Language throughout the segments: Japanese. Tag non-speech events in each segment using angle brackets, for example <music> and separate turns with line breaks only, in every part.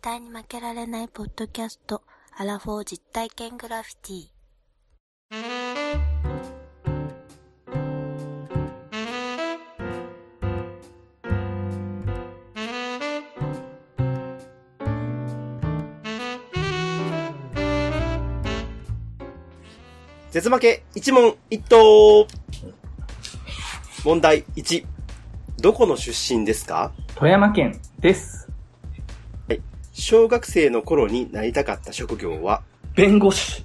対に負けられないポッドキャスト、アラフォー実体験グラフィティ。
絶負け一問一答問題1。どこの出身ですか
富山県です。
小学生の頃になりたかった職業は
弁護士。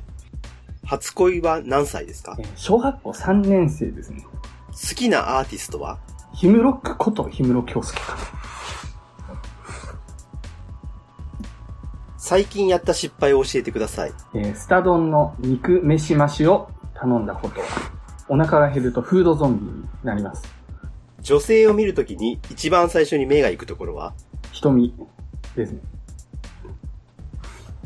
初恋は何歳ですか
えー小学校3年生ですね。
好きなアーティストは
ヒムロックことヒムロ京介か。
最近やった失敗を教えてください。
えースタ丼の肉飯増しを頼んだこと。お腹が減るとフードゾンビになります。
女性を見るときに一番最初に目が行くところは
瞳ですね。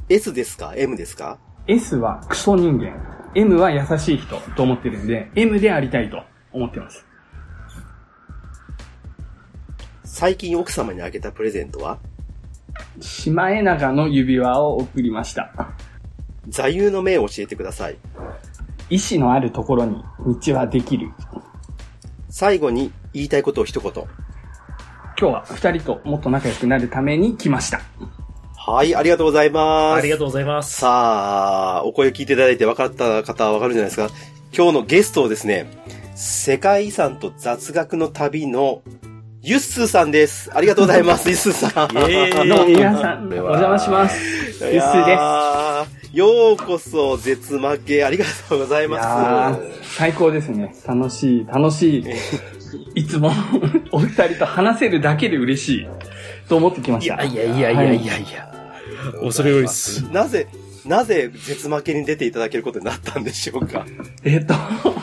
S ですか ?M ですか
S はクソ人間。M は優しい人と思ってるんで、M でありたいと思ってます。
最近奥様にあげたプレゼントは
シマエナガの指輪を贈りました。
座右の銘を教えてください。
意志のあるところに道はできる。
最後に言いたいことを一言。
今日は二人ともっと仲良くなるために来ました。
はい、ありがとうございます。
ありがとうございます。
さあ、お声聞いていただいて分かった方は分かるんじゃないですか。今日のゲストをですね、世界遺産と雑学の旅のユッスーさんです。ありがとうござい
<laughs>
ます、ユッスーさん。
イエーイ
どうも皆さん、お
これは
邪魔します。
い
ゆっすーです。
やーようこそ、絶負け、ありがとうござい
い
ま
やー最高ですね。楽しい、楽しい。いつも <laughs> お二人と話せるだけで嬉しいと思ってきました。
いやいやいやいやいや。
す。
恐れ多いっす。
なぜ、なぜ、絶負けに出ていただけることになったんでしょうか。
えっと、 <laughs>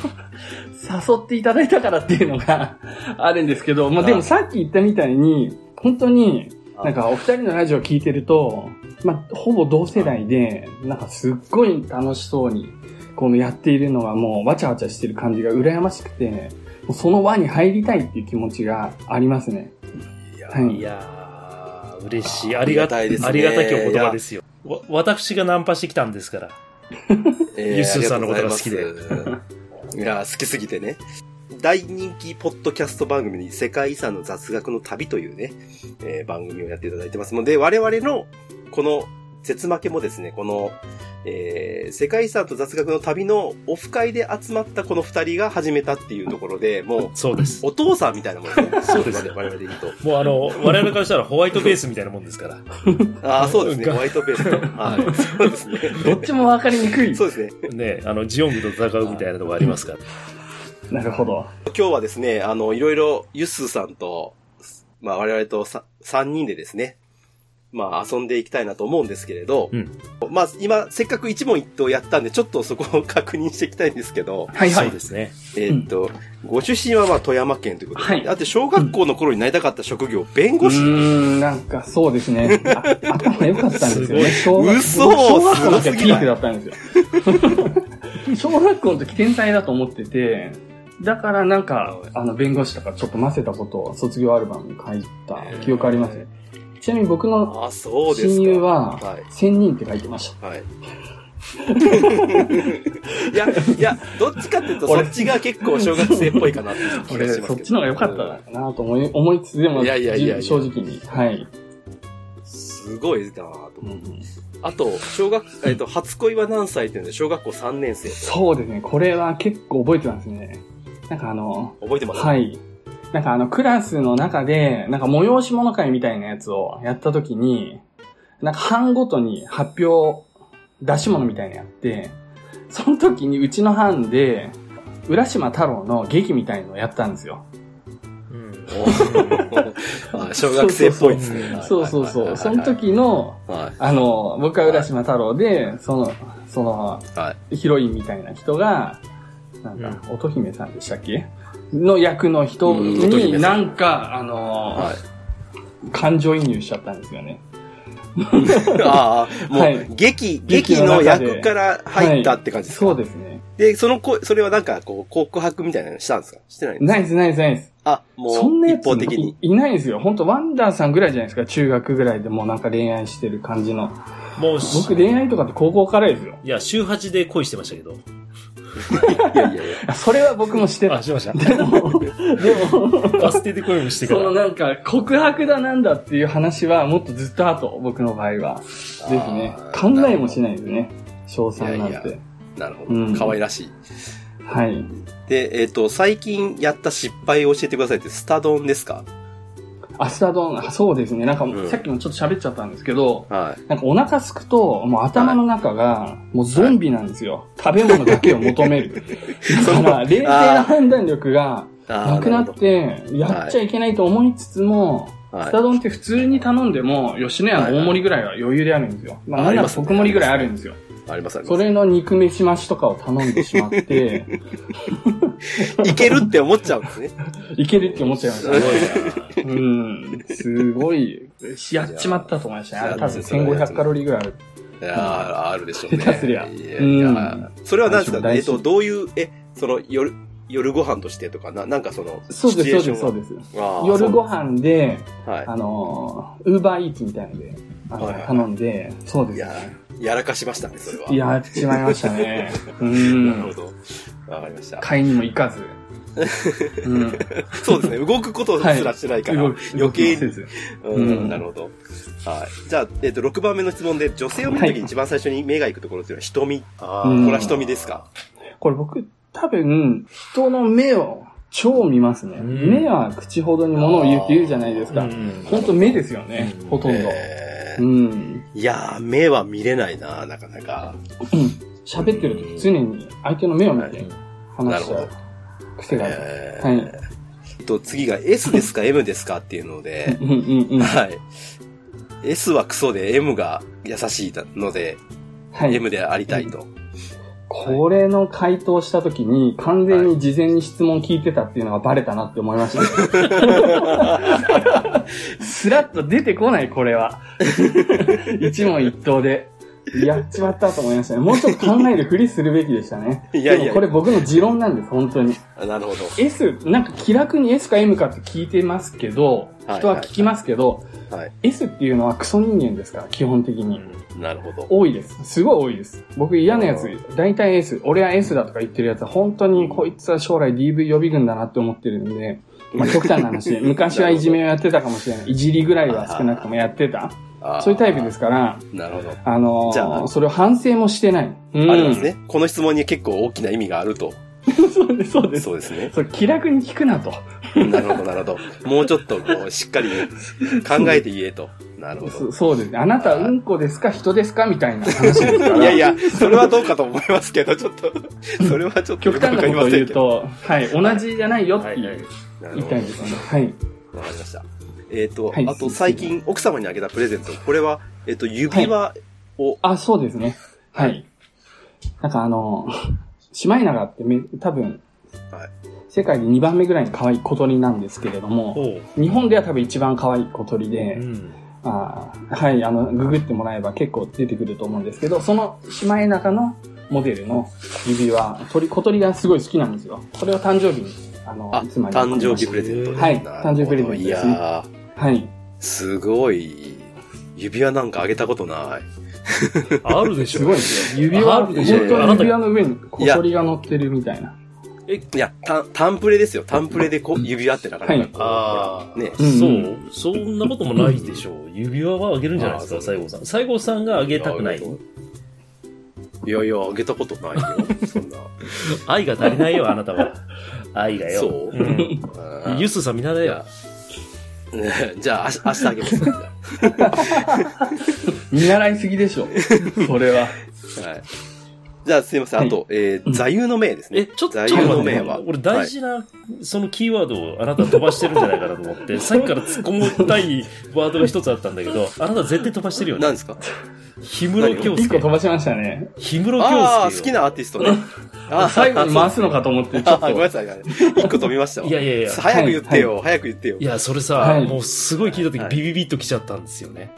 誘っていただいたからっていうのがあるんですけど、まあ、でもさっき言ったみたいに、本当に、なんかお二人のラジオ聞いてると、まあ、ほぼ同世代で、なんかすっごい楽しそうに、このやっているのがもうわちゃわちゃしてる感じが羨ましくて、もうその輪に入りたいっていう気持ちがありますね。はい
いやー、嬉しい。あ
り
り
が
が
た
た
い
い
で
ですす、
ね
ありがたきお言葉ですよ。わ私がナンパしてきたんですから。
え
ユッスーさんのことが好き
あ
で
りがとうございます。いやー、好きすぎてね。大人気ポッドキャスト番組に世界遺産の雑学の旅というね、えー番組をやっていただいてますので、我々のこの絶負けもですね、この、えー世界遺産と雑学の旅のオフ会で集まったこの二人が始めたっていうところで、もう、
そうです。
お父さんみたいなもんですね。
そうですね
我々で言う
<laughs>
と。
もうあの、我々からしたらホワイトベースみたいなもんですから。
ああ、そうですね。
が
ホワイトベースと。はい。
<laughs>
そうですね。
どっちもわかりにくい。
そうですね。
ね、あの、ジオングと戦うみたいなのがありますか
な
ら。
るほど。
今日はですね、あの、いろいろ、ユッスーさんと、まあ、我々とさ3人でですね、まあ、遊んでいきたいなと思うんですけれど、
うん
まあ、今、せっかく一問一答やったんで、ちょっとそこを <laughs> 確認していきたいんですけど、
はいは
そう
い
で。すね。
えーっと、ご出身はまあ、富山県ということで、
はい
だって小学校の頃になりたかった職業、弁
う
護士。
ーん、なんかそうですね。あ頭良かったんですよね。
す
小学
嘘
小学
す
校の時
ごす
は
ぎ
ピ
ない
ークだったん
<laughs>
ですよ。小学校の時天才だと思ってて、だからなんか、あの、弁護士とかちょっと混ぜたことを卒業アルバムに書いた記憶ありますね。ちなみに僕の
ああ、そうですか。
親友は
はい。
1000人って書いてました。 <laughs>
はい。いや、いや、どっちかっていうと、そ
俺
っちが結構小学生っぽいかなっていう気が
<laughs>
し
俺、
ますけど。
そっちの方が良かったなと思い、思いつつ、でも、
いやいやいやいや
自分正直に。はい。
すごいなぁと思って。あと、小学、えっと、初恋は何歳っていうので、小学校3年生。
そうですね。これは結構覚えてますね。なんかあの、
覚えてます
はい。なんかあの、クラスの中で、なんか催し物会みたいなやつをやったときに、なんか班ごとに発表、出し物みたいなのやって、その時にうちの班で、浦島太郎の劇みたいのをやったんですよ。
うん。
<laughs> あ小学生っぽいですね。はい
そうそうそう。その。時の、
はい
あの、僕は浦島太郎で、その、その、
は
ヒロインみたいな人が、なんか、乙姫さんでしたっけの役の人
うん乙姫さ
に、
ん
なんか、あの
い。
ー <laughs>
はい。
感情移入しちゃったんですよね。
ああ、も、
はいう
劇、
劇
劇
の
の
中で
役から入ったって感じですか
そうですね。
で、その声、それはなんか、こう、告白みたいなのしたんですかしてないんです
ナイスナイスナイス。
あ、も
そん
う
なや
一
つ
方的に
い。いないんですよ。本当ワンダーさんぐらいじゃないですか。中学ぐらいでもうなんか恋愛してる感じの。
もうし、
僕恋愛とかって高校からですよ。
いや、週8で恋してましたけど。
いやいやいや。
それは僕もしてた
あ、。しました。で <laughs> も、バス停で恋をしてか
その
ら。
なんか告白だなんだっていう話はもっとずっと後、僕の場合は。 <laughs> ぜひね
あ、
考
ー
えもしないですね。賞賛なんて。
いやいなるほ
うん
ど。可愛らしい。
はい。
で、えっ、と、最近やった失敗を教えてくださいって、スタドンですか
アスタドン、あそうですね。なんか、
ん
さっきもちょっと喋っちゃったんですけど、
はい。
なんかお腹すくと、もう頭の中が、もうゾンビなんですよ。食べ物だけを求める。だから、冷静な判断力が
あー
なくなっ。
る
て、やっちゃいけないと思いつつも、
ほどは
ス
い
タ。丼って普通に頼んでも、吉野家の大盛りぐらいは余裕であるんですよ。まあ、
あ
なんな
あり
ら
ますね
特盛りぐらいあるんですよ。
ありますあり
そ
ます。
れの肉飯増しとかを頼んでしまって、
いけるって思っちゃうんですね。
いけるって思っちゃいましたね。
すごい
うん。すごい、やっちまったと思いましたね。あれ多分1500カロリーぐらいある。
いやーあるでしょうね。
下手すりゃ
いや
うん
いやそれは何ですか
大
え
丈
っ
夫大丈夫
と、どういう、え、その、夜、夜ご飯としてとか、な、なんかその、
そうです、そうです、そう
で
です。
す。あー
夜ご飯で、
そうはい
あの、ウーバーイーツみたいので、あの
はいはい
頼んで、そうで
い
す
や
ね。
ーやらかしましたね、それは。
やっちまいました
<laughs>
ね。う
なる
ん。
ほど。わかりました。
買いにも行か
<laughs>
ず。うん。
そうですね、動くことすらしてないから、
動く
余計
動
に
きもせ。ず
うん
うん
なるほど。はい。じゃあ、えっ、と、6番目の質問で、女性を見るときに一番最初に目が行くところっていうのは瞳。
あ
うん
ー
これは瞳ですか
これ僕、多分、人の目を超見ますね。
うん
目は口ほどに物を言うって言うじゃないです
う
か。
ん。
本当目ですよね、
うん
ほとんど。
え
う
ー
ん。
いやー、目は見れないな、なかなか。
喋ってる時常に相手の目を見て話しちゃ
な
う
る
癖がある。
えー
はい。
えっと、次が S ですか M ですかっていうので、
うんうんうん。
はい。S はクソで M が優しいので、
はい。
M でありたいと。
これの回答した時に完全に事前に質問聞いてたっていうのがバレたなって思いました。 <laughs> スラッと出てこない、これ <laughs> は。一問一答で。やっちまったと思いましたね。もうちょっと考えるふりするべきでしたね。
いやいや
でもこれ僕の持論なんです、本当に。
あなるほど。
S、なんか気楽に S か M かって聞いてますけど、
はい
人は聞きますけど、
はい
S っていうのはクソ人間ですから、基本的に。
なるほど。
多いです。すごい多いです。僕嫌なやつ、大体 S、俺は S だとか言ってるやつは、本当にこいつは将来 DV 予備軍だなって思ってるんで、まあ極端な話、
<laughs>
昔はいじめをやってたかもしれない。いじりぐらいは少なくともやってた。
あー
そういうタイプですから、
なるほど。
あのー
じゃあ
それを反省もしてない。うん
あれです。ね。この質問に結構大きな意味があると。
そうです、そうです。
そうですね。
そう、気楽に聞くなと。
なるほど、なるほど。もうちょっとこう、しっかり考えて言えと。なるほ
そ
ど。
そうですね。あなたはうんこですか人ですかみたいな話ですから。
<laughs> いやいや、それはどうかと思いますけど、ちょっと、それはちょっと
極
よくわ
端
か
な
り
こ
ま
とを
せ
言
ん
う
けど。
と、はい、同じじゃないよって
はい
言
はい
い
なる
言い
ほ
た
ど
いですね。はい。
わかりました。えっ、と、
はい
あと最近奥様にあげたプレゼント。これは、えっ、と、指輪を、
あ、そうですね。はい。なんかあの、シマイナガってめ多分、
はい
世界で2番目ぐらいに可愛い小鳥なんですけれども、
ほ
日本では多分一番可愛い小鳥
う。う
で、
ん。
あーはい、あの、ググってもらえば結構出てくると思うんですけど、そのシマイナガのモデルの指輪、鳥、小鳥がすごい好きなんですよ。これを誕生日に、あの、
あ、
妻に送りま
誕
した
生日プレゼントで。な
はい
るほど
誕生日プレゼントです
い
ね
やー、
はい。
すごい。指輪なんかあげたことない。
あるでしょ。
すごいですよ。指輪、
あ
本当
るで
に
しょ
指輪の上に小鳥が乗ってるみたいな。
え、
いや、タン、タンプレですよ。タンプレでこう指輪ってなかなかこう、
ああ、
ね
そうう。そんなこともないでしょう。指輪はあげるんじゃないです
あ
か、
ー
西郷さん。西郷さんがあげたくない。
いやいや、あげたことない
<laughs>
よ。そんな。
愛が足りないよ、あなたは。愛がよ。
そう
うん
あー
ユスさん見習えよ。
ね <laughs> じゃあ、明日明日あげ
<laughs>
ます。は
見習いすぎで
<laughs>
しょ。それは。
い。じゃあ、すいません。あと、えー座右の銘ですね。
え、ちょっと、
座
ちょっ
右の
と待
銘
って
は。
俺大事な、そのキーワードをあなた飛ばしてるんじゃないかなと思って、さっきから突っ込むたいワードが一つあったんだけど、あなた絶対飛ばしてる
は
よ
い。何
ね。
ですか
氷室京
一個飛
介。
ばしましたね。
氷室京介よ。
ああ、好きなアーティスト
<laughs>
ね。あー
最後に回すのかと思って、ちょ
あ
っ
ごめんな
と。
さい。一個飛びましたわ。
いやいやいや
早く言ってよ、早く言ってよ
い。や、それさ、
はい
もうすごい聞いた時
はい
ビビビッと来ちゃったんですよね。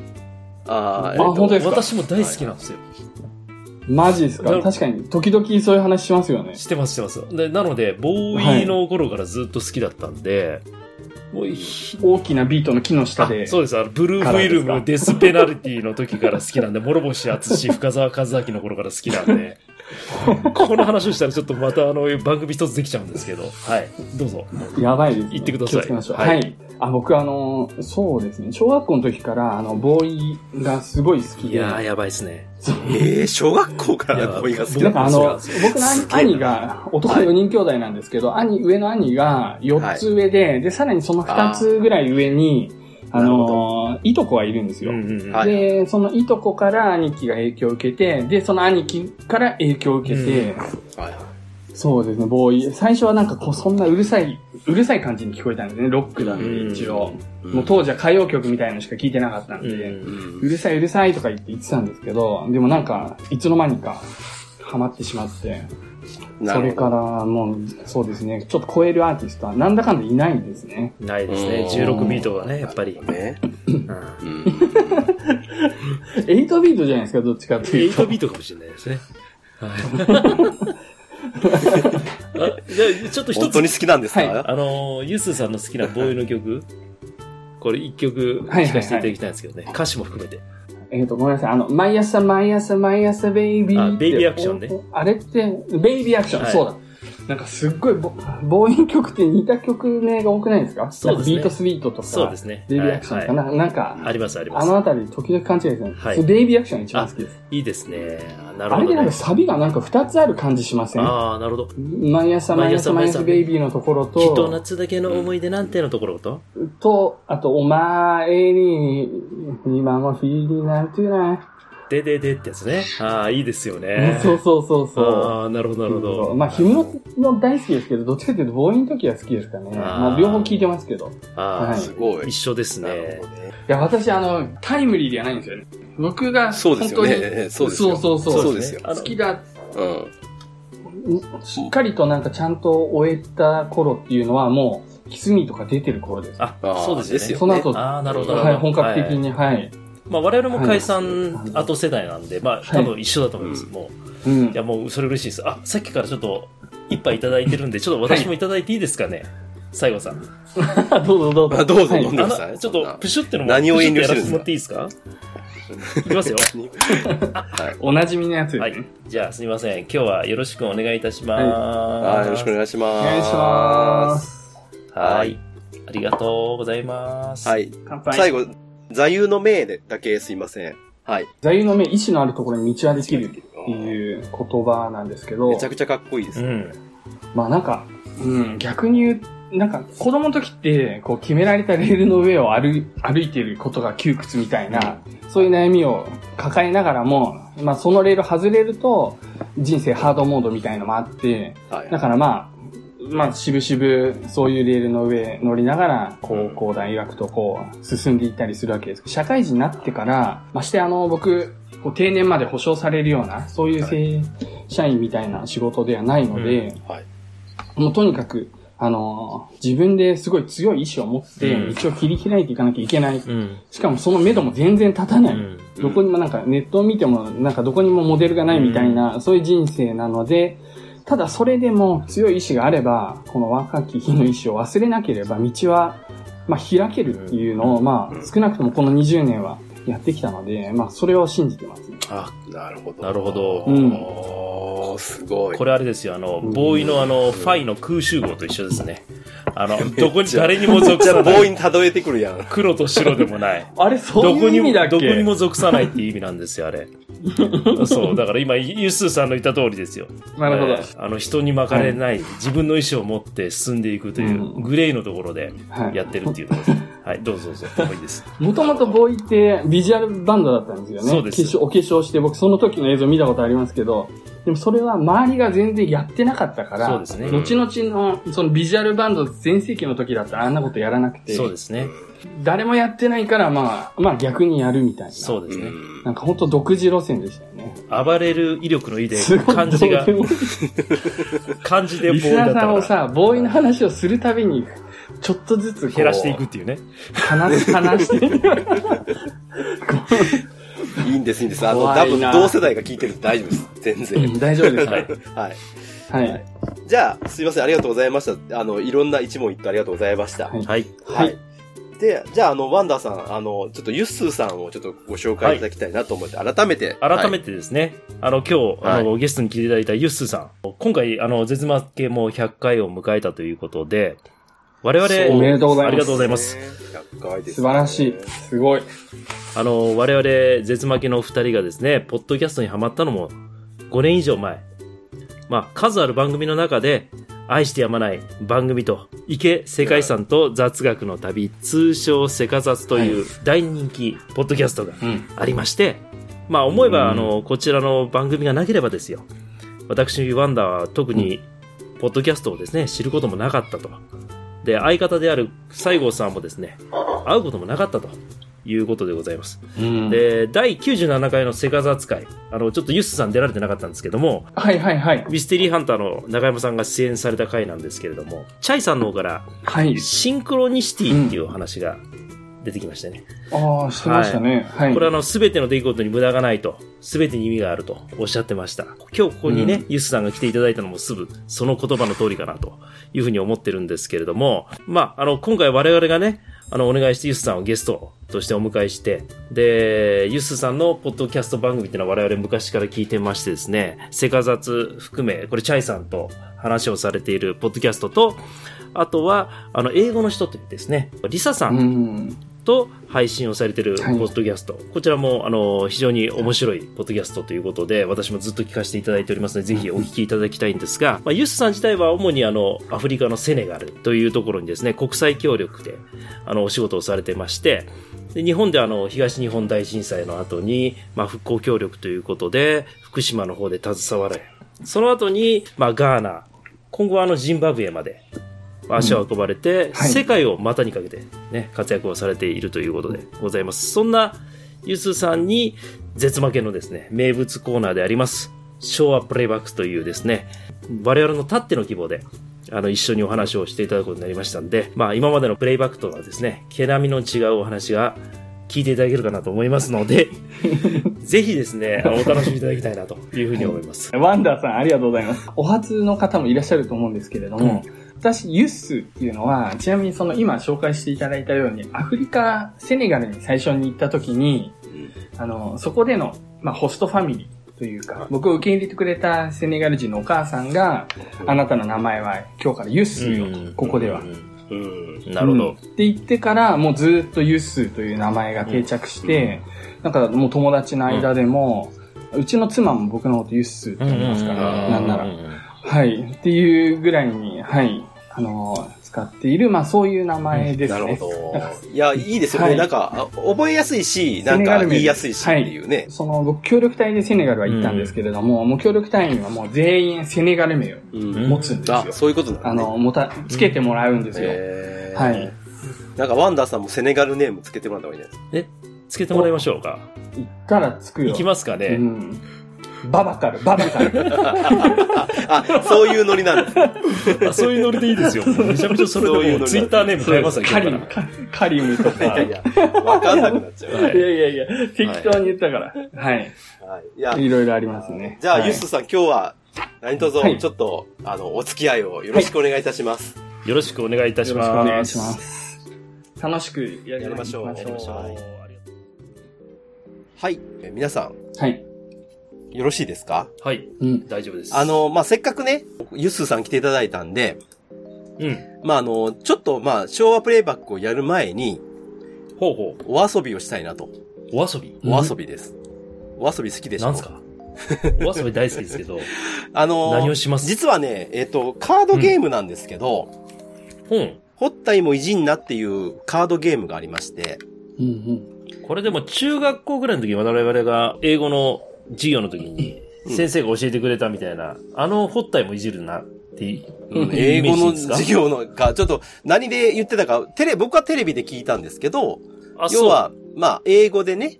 あーえっ
あ
と
本当ですか
私も大好きなんですよ。
マジですか
だ
確かに、時々そういう話しますよね。
してます、してます。で、なので、ボーイの頃からずっと好きだったんで、もうひ
大きなビートの木の下で。
そうです、あの、ブルーフィルム、デスペナルティの時から好きなんで、諸星厚 <laughs> 志、深沢和明の頃から好きなんで、ここの話をしたらちょっとまたあの、番組一つできちゃうんですけど、はい、どうぞ。
やばいです、ね。
言ってください
気をつけましょう。
は
はいい。あ、僕あの、そうですね。小学校の時から、あの、ボーイがすごい好きで。
やばいですね。
ええ小学校からの恋が好き
いや
だ
な
っ
ん
た
か
ん
あ
です
そう
か
の
なんです、よ
僕の兄兄が、男4人兄弟なんですけど、兄、上の兄が4つ上で、で、さらにその2つぐらい上に、
あー
あの、いとこがいるんです
う
よ。
んうんうん。
はい
で、そのいとこから兄貴が影響を受けて、で、その兄貴から影響を受けて、
はいはい
そうですね、ボーイ。最初はなんかこう、そんなうるさい、うるさい感じに聞こえたんですね、ロックなんで、一応。
うん
もう当時は歌謡曲みたいなのしか聞いてなかったん
う
で、
ん
うん
うるさいうるさいとか言って言ってたんですけど、でもなんか、いつの間にか、ハマってしまって、
な
そ
る
れ
ほど
から、もう、そうですね、ちょっと超えるアーティストは、なんだかんだいないんですね。
ないですね。
うん
16ビートがね、やっぱり。
ね。
うん
うん。
8ビートじゃないですか、どっちかっていうと。
8ビートかもしれないですね。はい <laughs> あじゃあ、ちょっと <laughs> 一
本当
つ
に好きなんです
は
か
あのー、ユースさんの好きなボーイの曲、これ一曲聴
はいはいはい
かせていただきたいんですけどね。歌詞も含めて。
えっと、ごめんなさい、あの、毎朝毎朝毎朝ベイビーって。
あベイビーアクションね
あれって、ベイビーアクション、
はい
そうだ。なんかすっごいボ、ボーイン曲って似た曲名が多くないですか
そうですね
なんかビートスイートとか、
そうですね。
ベイビーアクションとか、
は
な
い
なんか、
はいあります、ありま
あ
す
の。あたり時々勘違いですね。
はい
そうベイビーアクションが一番好きです。
いいですね。あなる
あ
ほ
れで
ど
なん
ね
か。サビがなんか二つある感じしません
ああ、なるほど。
毎朝毎朝毎朝ベイビーのところ
きっと
と、
夏だけの思い出なんてのところと、
と、あと、お前に、今もフィーリーなんていうな。
でででってやつね。ああ、いいですよね。
<laughs> そうそうそうそう。
ああ、なるほど、なるほど。
まあ、ヒムロも大好きですけど、どっちかっていうと、ボーイの時は好きですかね。
あー
まあ、両方聞いてますけど。い
あ
は
すご
あ、
い
一。緒です
なる
ね
ほ。どね。
や、私、あの、タイムリーではないんですよね。僕が、
そうですよね
本当に
ええそうですよ
そうそうそう
そうですよ
あの
好きだ
うん。
しっかりとなんかちゃんと終えた頃っていうのはもう、キスミーとか出てる頃です。
あ
あー
そうですよね。
ですよ
その後、
ああ、なるほど。なるほ
はい、
ど
本格的。
はい
に、はい。
まあ、我々も解散後世代なんで、まあ、多分一緒だと思います。
は
も
う
う、
ん
いや、。もう、それ嬉しいです。あ、さっきからちょっと、一杯いただいてるんで、ちょっと私もいただいていいですかね。最後さん。
どうぞどう
あ
ぞ。
どうぞ
はい
どうぞ
あ
ください
の、ちょっと、プシュってのも、
何を遠慮して
プシュ
るん
っ
ですか
やらせてもらっていいですかいきます
<laughs>
よ。
はい。
おなじみのやつです
は
ね。
い。じゃあ、すみません。今日はよろしくお願いいたします。
あーよろしくお願いします。
お願いしま。す。
はい。ありがとうございます。
はい。
乾杯。
最後、座右の銘でだけすいません。はい。
座右の銘、意志のあるところに道はできるっていう言葉なんですけど
めち、ゃくちゃかっこいいで
う
す。
ん。
まあなんか、うん、逆に言う、なんか子供の時って、こう決められたレールの上を歩い歩いてることが窮屈みたいな、そういう悩みを抱えながらも、まあそのレール外れると、人生ハードモードみたいのもあって、
はい
だ。からまあ、まあ、しぶしぶ、そういうレールの上乗りながら、高校、大学とこう、進んでいったりするわけです。社会人になってから、ましてあの、僕、こう定年まで保障されるような、そういう正社員みたいな仕事ではないので、
はい。
もうとにかく、あの、自分ですごい強い意志を持って
うん、
道を切り開いていかなきゃいけない。
うん。
しかもその目処も全然立たな
う
い。
ん。
どこにもなんかネットを見てもなんかどこにもモデルがないみたいな、そういう人生なので、ただそれでも強い意志があれば、この若き日の意志を忘れなければ道は、まあ、開けるっていうのを、まあ、少なくともこの20年はやってきたので、まあ、それを信じてますね。
あ、
なるほど。
なるほど
うん
おーすごい。
これあれですよ、あの、
うん
ボーイのあの、ファイの空集合と一緒ですね。あ
<laughs>
の、どこに、誰にも属
じゃ
さ
あ、
な
棒
い。
にたどえてくるやん。
黒と白でもない。
あれ、そういう意味だっけ
どこにも、どこにも属さないっていう意味なんですよ、
<laughs>
あれ。そう、だから今、ユスーさんの言った通りですよ。
なるほど。
えーあの、人に巻かれない、自分の意思を持って進んでいくというう、
ん
グレーのところで
はい
やってるっていうとこ
<laughs>
ろです。はい、どうぞどうぞ、もういいです。
もともとボーイってビジュアルバンドだったんですよね。
そうです
化粧お化粧して、僕その時の映像見たことありますけど、でもそれは周りが全然やってなかったから、
そうですね
後々のそのビジュアルバンド全盛期の時だったらあんなことやらなくて、
そうですね。
誰もやってないから、まあ、まあ逆にやるみたいな。
そうですね。
なんか本当独自路線でしたよね。
暴れる威力の威です
ごい
漢字
ど
が
うでもいい
漢字でボ
リ
ー
ス
イだ
ナ
った
ーさんを
から
さ、ボーイの話をするたびに、ちょっとずつこう
減らしていくっていうね
話、話してる。こう
いいんです、いいんです。あの、
怖
多
い
分
な
同世代が聞いてるんで大丈夫です。全
うん
然。
<laughs>
大丈夫です。
はい
はい。
はい。
じゃあ、すいません、ありがとうございました。あの、いろんな一問一答ありがとうございました。
はい
はい。
はい
で、じゃあ、あの、ワンダーさん、あの、ちょっとユッスーさんをちょっとご紹介いただきたいなと思って、改めて。
改め
て。
てですね、あの、今日、あの、ゲストに来ていただいたユッスーさん。今回、あの、絶負けも100回を迎えたということで、我
おめ
々、
でとうございます。
ありがとうございます
100回です
素
ね
晴らしい。すごい。
あの、我々、絶負けのお二人がですね、ポッドキャストにハマったのも5年以上前。まあ、数ある番組の中で、愛してやまない番組と、池世界遺産と雑学の旅、通称セカ雑という大人気ポッドキャストが
うん。
ありまして、まあ思え
うん
ば、あの、こちらの番組がなければですよ。私、ワンダーは特に、ポッドキャストをですね、知ることもなかったと。で、相方である西郷さんもですね、会うこともなかったということでございます。
うん、
で、第97回のセガザ使い、あの、ちょっとユッスさん出られてなかったんですけども、
はいはいはい。
ミステリーハンターの中山さんが出演された回なんですけれども、チャイさんの方から、
はい。
シンクロニシティっていうお話が出てきましたね。
ああ、してましたね。はい。
これはあの、すべての出来事に無駄がないと、すべてに意味があるとおっしゃってました。今日ここにね、
うん
ユスさんが来ていただいたのもすぐ、その言葉の通りかなというふうに思ってるんですけれども、まあ、あの、今回我々がね、あの、お願いしてユスさんをゲストとしてお迎えして、で、ユスさんのポッドキャスト番組っていうのは我々昔から聞いてましてですね、セカザツ含め、これチャイさんと話をされているポッドキャストと、あとは、あの、英語の人というですね、リサさん
うん。
と配信をされてるポ
はい
ッドキャスト、こちらもあの非常に面白いポッドキャストということで私もずっと聞かせていただいておりますのでぜひお聞きいただきたいんですが、 <laughs> まあ、ユスさん自体は主にあのアフリカのセネガルというところにですね国際協力であのお仕事をされてましてで日本であの東日本大震災の後に、まあ、復興協力ということで福島の方で携われその後に、まあ、ガーナ今後はあのジンバブエまで足を運ばれて、
はい
世界を股にかけて、ね、活躍をされているということでございます。そんなユスさんに、絶負けのですね、名物コーナーであります、昭和プレイバックスというですね、我々のたっての希望で、あの、一緒にお話をしていただくことになりましたんで、まあ、今までのプレイバックとはですね、毛並みの違うお話が聞いていただけるかなと思います
<laughs>
ので、ぜひですね、あのお楽しみいただきたいなというふうに思います。
ワンダーさん、ありがとうございます。お初の方もいらっしゃると思うんですけれども、私、ユッスっていうのは、ちなみにその今紹介していただいたように、アフリカ、セネガルに最初に行った時に、あの、そこでの、まあ、ホストファミリーというか、僕を受け入れてくれたセネガル人のお母さんが、あなたの名前は今日からユッスよ
うん
と、ここでは
う。ん
うん。
なるほ
うん
ど
っ。て言ってから、もうずーっとユッスーという名前が定着して、なんかもう友達の間でも、うちの妻も僕のことユッスーって呼んでますから、なんな
う
ら。
んうん
はい。っていうぐらいに、はい。あのー使っている、まあそういう名前です
な
ね。
るほど。いや、いいですよね。
はい
なんか、あ覚えやすいし、な
セ
ん
ネガ
か
ル名
言いやすいしっていうね。
その、僕、協力隊でセネガルは行ったんですけれども、もう協力隊員はもう全員セネガル名を
うん。
持つんですよ。
あ、そういうことなんだ
あ
ね。
の、もた、つけてもらうんですよ。
へー
はい。
なんか、ワンダーさんもセネガルネームつけてもらった方がいいんじゃ
つけてもらいましょうか。
行ったらつくよ。
いきますか
う
ね。
ん。ババカル、ババカル。
ないですか。あ、そういうノリなんですね。
あそういうノリでいいですよ。めちゃめちゃそれ
そうい
で
うノ
もう
リ
ツイッターネーム変えますよ、
カリ
今
ウム
か、
カリウムと
い
か。
やいや、わかんなくなっちゃう。
ら。はい
いやいやいや、適当に言ったから。はい。
はい。いや、
いろいろありますね。
じゃあ、
はい
ユッスさん、今日は、何卒、
はい
ちょっと、あの、お付き合いをよろしくお願いいたします。
よろしくお願いいたし
よろ
ます。
しくお願いします。楽しくやりましょう。
やりましょう
は。
はいはい。え皆さん、
はい。
よろしいですか
はい、
うん。
大丈夫です。
あ、の、まあ、せっかくね、ユッスさん来ていただいたんで、
うん。
まあ、あの、ちょっと、まあ、昭和プレイバックをやる前に、
ほうほ
お遊びをしたいなと。
う。お遊び
うん
お遊びです。お遊び好きでしょ
なんすかお遊び大好きですけど、
あの、
何をします
実はね、えっ、と、カードゲームなんですけど、
うん。
ホッタイも偉人なっていうカードゲームがありまして、
うんうん。
これでも中学校ぐらいの時に我々が英語の授業の時に
うん
先生が教えてくれたみたいな、あのホッタイもいじるなってい
うん
う
英語
イメー
の
ジですか
授業のか、ちょっと何で言ってたか、テレ、僕はテレビで聞いたんですけど、
あ、
要
そう。
は、まあ、英語でね、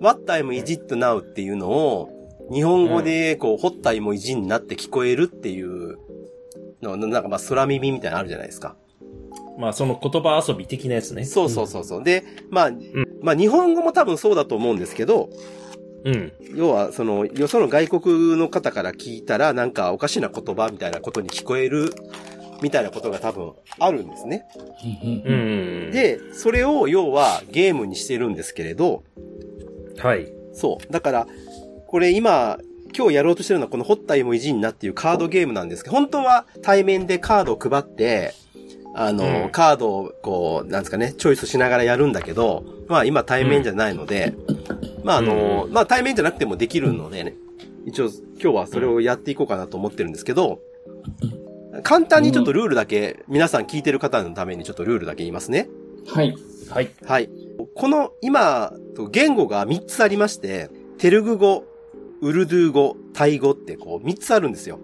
what time is it now っていうのを、日本語で、こう、ホッタイもいじになって聞こえるっていうの、ななんかまあ、空耳みたいなのあるじゃないですか。
まあその言葉遊び的なやつね。
そうそうそうそう。で、まあ、まあ、日本語も多分そうだと思うんですけど、
うん。
要は、その、よその外国の方から聞いたら、なんかおかしな言葉みたいなことに聞こえる、みたいなことが多分あるんですね。
う。、
うん
で、それを要はゲームにしてるんですけれど、
はい。
そう。だから、これ今、今日やろうとしてるのはこのホッタイもいじんなっていうカードゲームなんですけど、本当は対面でカードを配って、あの、
うん
カードをこう、なんですかね、チョイスしながらやるんだけど、まあ今対面じゃないので、まああの、
うん
まあ対面じゃなくてもできるのでね、一応今日はそれをやっていこうかなと思ってるんですけど、簡単にちょっとルールだけ、皆さん聞いてる方のためにちょっとルールだけ言いますね。
はい。
はい。
はい。この今、言語が3つありまして、テルグ語、ウルドゥー語、タイ語ってこう3つあるんですよ。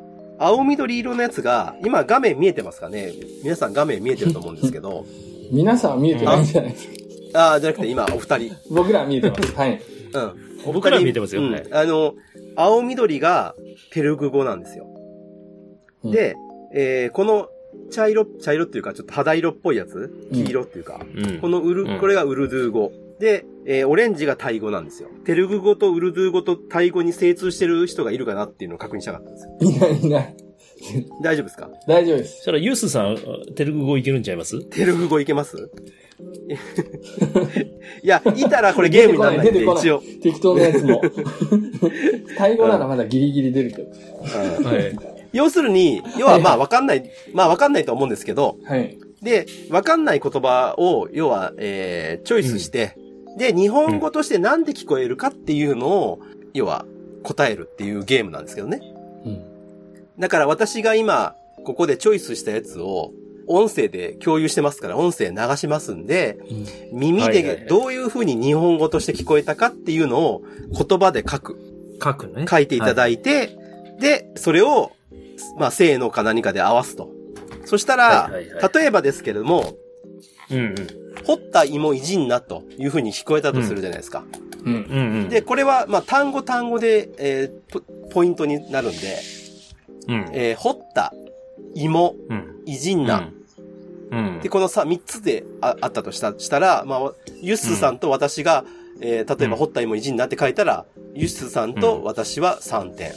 で、青緑色のやつが、今画面見えてますかね皆さん画面見えてると思うんですけ
<laughs>
ど、
皆さんは見えてないんじゃないですか。
ああ、じゃなくて今お二人。
僕らは見えてます。はい。
うん。
僕らは見えてますよ。
うん
はい
あの、青緑がテルグ語なんですよ。
うん
で、えーこの茶色、茶色っていうかちょっと肌色っぽいやつ
うん
黄色っていうか、
うん
このウル、
うん
これがウルドゥー語。で、えーオレンジがタイ語なんですよ。テルグ語とウルドゥー語とタイ語に精通してる人がいるかなっていうのを確認したかったんですよ。
いないいない。
大丈夫ですか
大丈夫で
そ
す。
したら、ユースさん、テルグ語いけるんちゃいます
テルグ語いけます <laughs> いや、いたらこれゲームにならないん
出て
で、
こない
一応。
適当なやつも。 <laughs> タイ語ならまだギリギリ出るけど。
うん
はい。
要するに、要はまあわかんない、まあわかんないと思うんですけど、
はい。
で、わかんない言葉を、要は、えー、チョイスして、で、日本語としてなんで聞こえるかっていうのを、要は、答えるっていうゲームなんですけどね。
うん。
だから私が今、ここでチョイスしたやつを、音声で共有してますから、音声流しますんで、
うん
耳
はいはいは
で
い
どういう風に日本語として聞こえたかっていうのを言葉で書く。
書くね。
書いていただいて、で、それを、まあ、せーのか何かで合わすと。そしたら、
はいはいはい
例えばですけれども、
い。うん
掘った芋いじんなという風に聞こえたとするじゃないですか。
うん。
うん。うんうん。
で、、これは、まあ、単語単語で、えーポポイントになるんで、
うん。
えー掘った芋
うん。
いじんな、
うん。
で、このさ、三つでああったとした、したら、まあ、ユッスーさんと私が、えー例え
うん
ば、ホッタイも1になって書いたら、ユッスーさんと私は3点。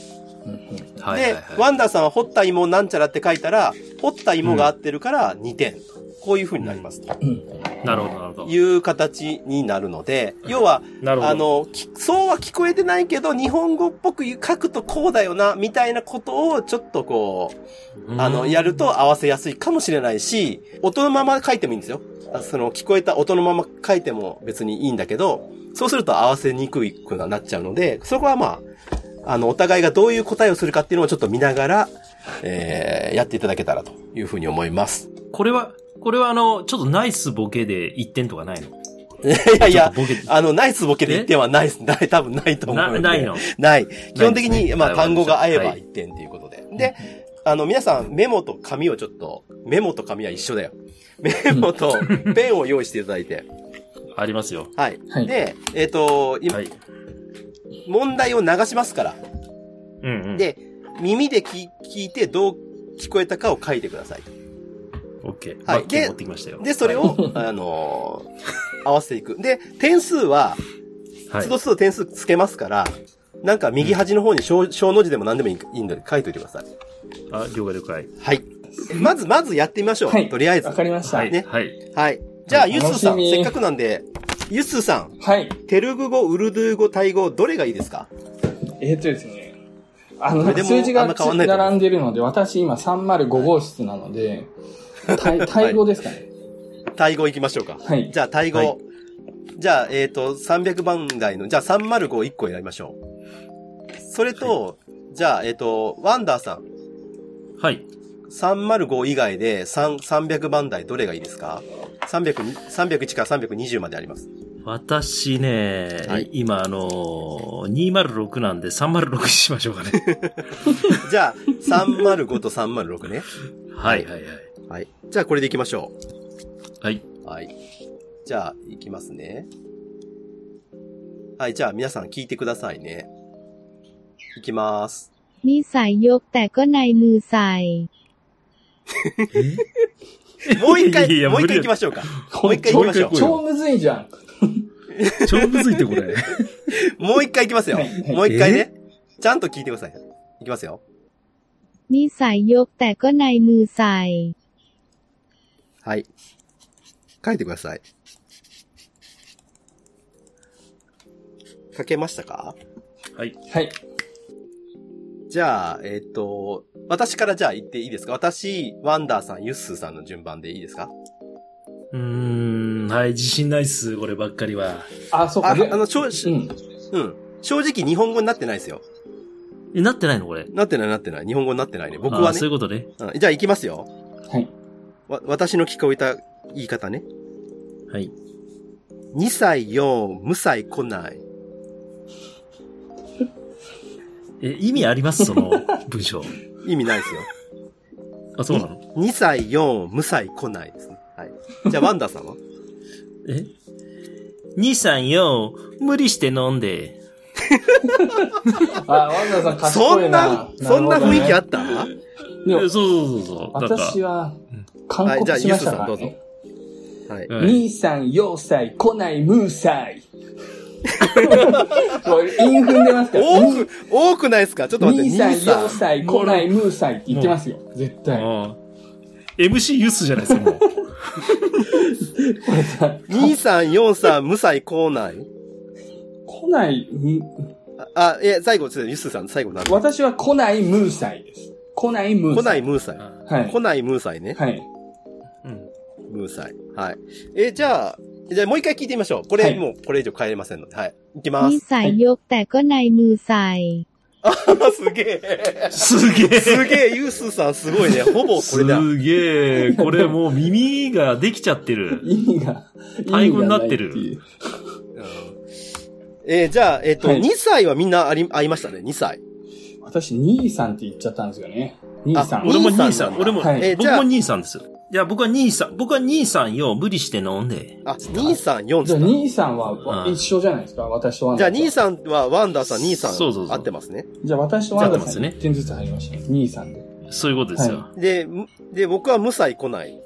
うん
はいはい
で
はい、
ワンダーさんはホッタイもなんちゃらって書いたら、ホッタイもが合ってるから2点。こういう風になります。と
なるほど、なるほど。
いう形になるので、要は、
なるほど。
あ、の、きそうは聞こえてないけど、日本語っぽく書くとこうだよな、みたいなことをちょっとこう、あの、やると合わせやすいかもしれないし、音のまま書いてもいいんですよ。あその、聞こえた音のまま書いても別にいいんだけど、そうすると合わせにくくなっちゃうので、そこはまあ、あの、お互いがどういう答えをするかっていうのをちょっと見ながら、えー、やっていただけたらというふうに思います。
これは、これはあの、ちょっとナイスボケで1点とかないの
いやい
ちょっ
や
と、ボケ、
あの、ナイスボケで1点はないです、 <laughs> ない、多分ないと思う
な、
で
ないの。
ない。基本的
ないです
に、
ね
まあ、単語が合えば
はい
1点ということで。で、あの、皆さん、メモと紙をちょっと、メモと紙は一緒
<laughs>
だよ。メモとペンを用意していただいて。
ありますよ。
はい。
はい
で、えっ、と、今、
はい。
問題を流しますから。
うんうん。、
で、耳で聞聞いてどう聞こえたかを書いてください。
オッケー。
は
はいい。
で
持ってきましたよ。
で、それを、 <laughs> あのー合わせていく。で、点数は、
はい、
都度
はい。
都度点数つけますから、なんか右端の方に小小の字でも何でもいいいいので書いといてください。
あ、了解了解。
はい。まず、まずやってみましょう。
はい
とりあえず
わ。かりました。
はい。
ね
はい。
はい。じゃあ、
はい
ゆすーさん、
楽しみ
せっかくなんで、ゆすーさん、
はい。
テルグ語、ウルドゥー語、タイ語、どれがいいですか
えー、とですね。あの、
これでも
数字
あん
が
ま変わんないと思う
並んでるので、私今305号室なので、タイ、タイ語ですかね。
タイ語行きましょうか。
はい
じゃあ、タイ語。
はい
じゃあ、えっ、と、300番台の、じゃあ、305、1個選びましょう。それと、じゃあ、えっ、と、ワンダーさん、
はい。
305以外で、3、300番台どれがいいですか ?300、301から320まであります。
私ね、
はい
今あのー、206なんで306にしましょうかね。
じゃあ、305と306ね。
はいはいはい。
はい。じゃあ、これで行きましょう。
はい。
はい。じゃあ、いきますね。はい、じゃあ皆さん聞いてくださいね。いき <laughs> ます。
นี่สายยกแต่ก็ในมือใส่
もう一
いやい
回、
や
もう一
無理
回行
や
きましょうか。
こ
もう一回行きましょう
超超むずいじゃん。
超むずいってこれ。
もう一回いきますよ
はいは。い
もう一回ね。ちゃんと聞いてください。いきますよ。
นิสัยยกแต่ก็ในมือใส่
はい。書いてください。書けましたか
はい。
はい。
じゃあ、えっ、と、私からじゃあ言っていいですか私、ワンダーさん、ユッスーさんの順番でいいですか
うーん、はい、自信ないっす、こればっかりは。
あ、そう
あ
か。
あ
で
の、正
う
直、
ん。
うん。正直日本語になってないですよ。
え、なってないのこれ。
なってないなってない。日本語になってないね。僕は
あー
ね
そうい。うことね。
うんじゃあ行きますよ。
はい。
わ、私の聞こえた言い方ね。
はい。
2歳4、無歳来ない。
え、意味ありますその文章。
意味ない
<laughs>
ですよ。
あ、そうなの
?2 歳4、無歳来ないですね。はい。じゃあ、ワンダーさんは
え兄さんよ、無理して飲んで。
あ、ワンダーさん
そ
賢い
ん
な
な。、そんな雰囲気あ
っ
った
でも
えそうそうそうそう。なんか
私は
うん、
韓
はいじゃあ
国しましたか
ユー
ら、ね。
スさんどはい。
はい
兄さん、要塞、来ない、ムーサ
<laughs>
イ。もう、韻踏んでますから。
多く、多くないですかちょっと待って、
兄さん、
兄さ
要
ん。
塞、来ない、ムーサイって言ってますよ。絶対。
あー MC ユースじゃないですか、もう。
兄さん、4さん、無歳来ない
来ない、む
あ、あいや、最後、ちょっと、ユスさん、最後なんだ
私は来ない、ムーサイです。来ない、ムー
来
サ
な
イ。
い、ムーサイ。
なはい。
来ない、ムーサイね。
はい。
うん
ムーサイ。はい。え、じゃあ、じゃあもう一回聞いてみましょう。これ、
はい
もうこれ以上変えれませんので。はい。いきま
นิ
す。
สัยยกแต่ก็ในมือใส่
<laughs> すげえ。
すげえ。
すげえ、ユースさんすごいね。ほぼこれだ。
すげえ。これもう耳ができちゃってる。
意味が、
タイ語になってる
意味がない
えーじゃあ、えっ、と、
はい
2歳はみんなあり、合いましたね、2歳。
っていう私、兄さんって言っちゃったんですよね。兄さん。
俺も
兄さ
兄さ
ん
ん。俺も、
はい
えーじ
僕
ゃあ
も兄さんですよ。いや、僕は兄さん、僕は兄さんよ、無理して飲んで。
あ、兄さん4
じゃあ、
歳。
兄さんは
うん
一緒じゃないですか、私とワン
じゃ
ダ
あ、
ーさん。
兄さんはワンダーさん、兄さん、
そうそうそう
合ってますね。
じゃあ、私とワンダー
じ
さ
ゃあ
ん
合って
1点ずつ入りましたね。兄さんで。
そういうことですよ。
は
で、むで、僕は無歳来ない。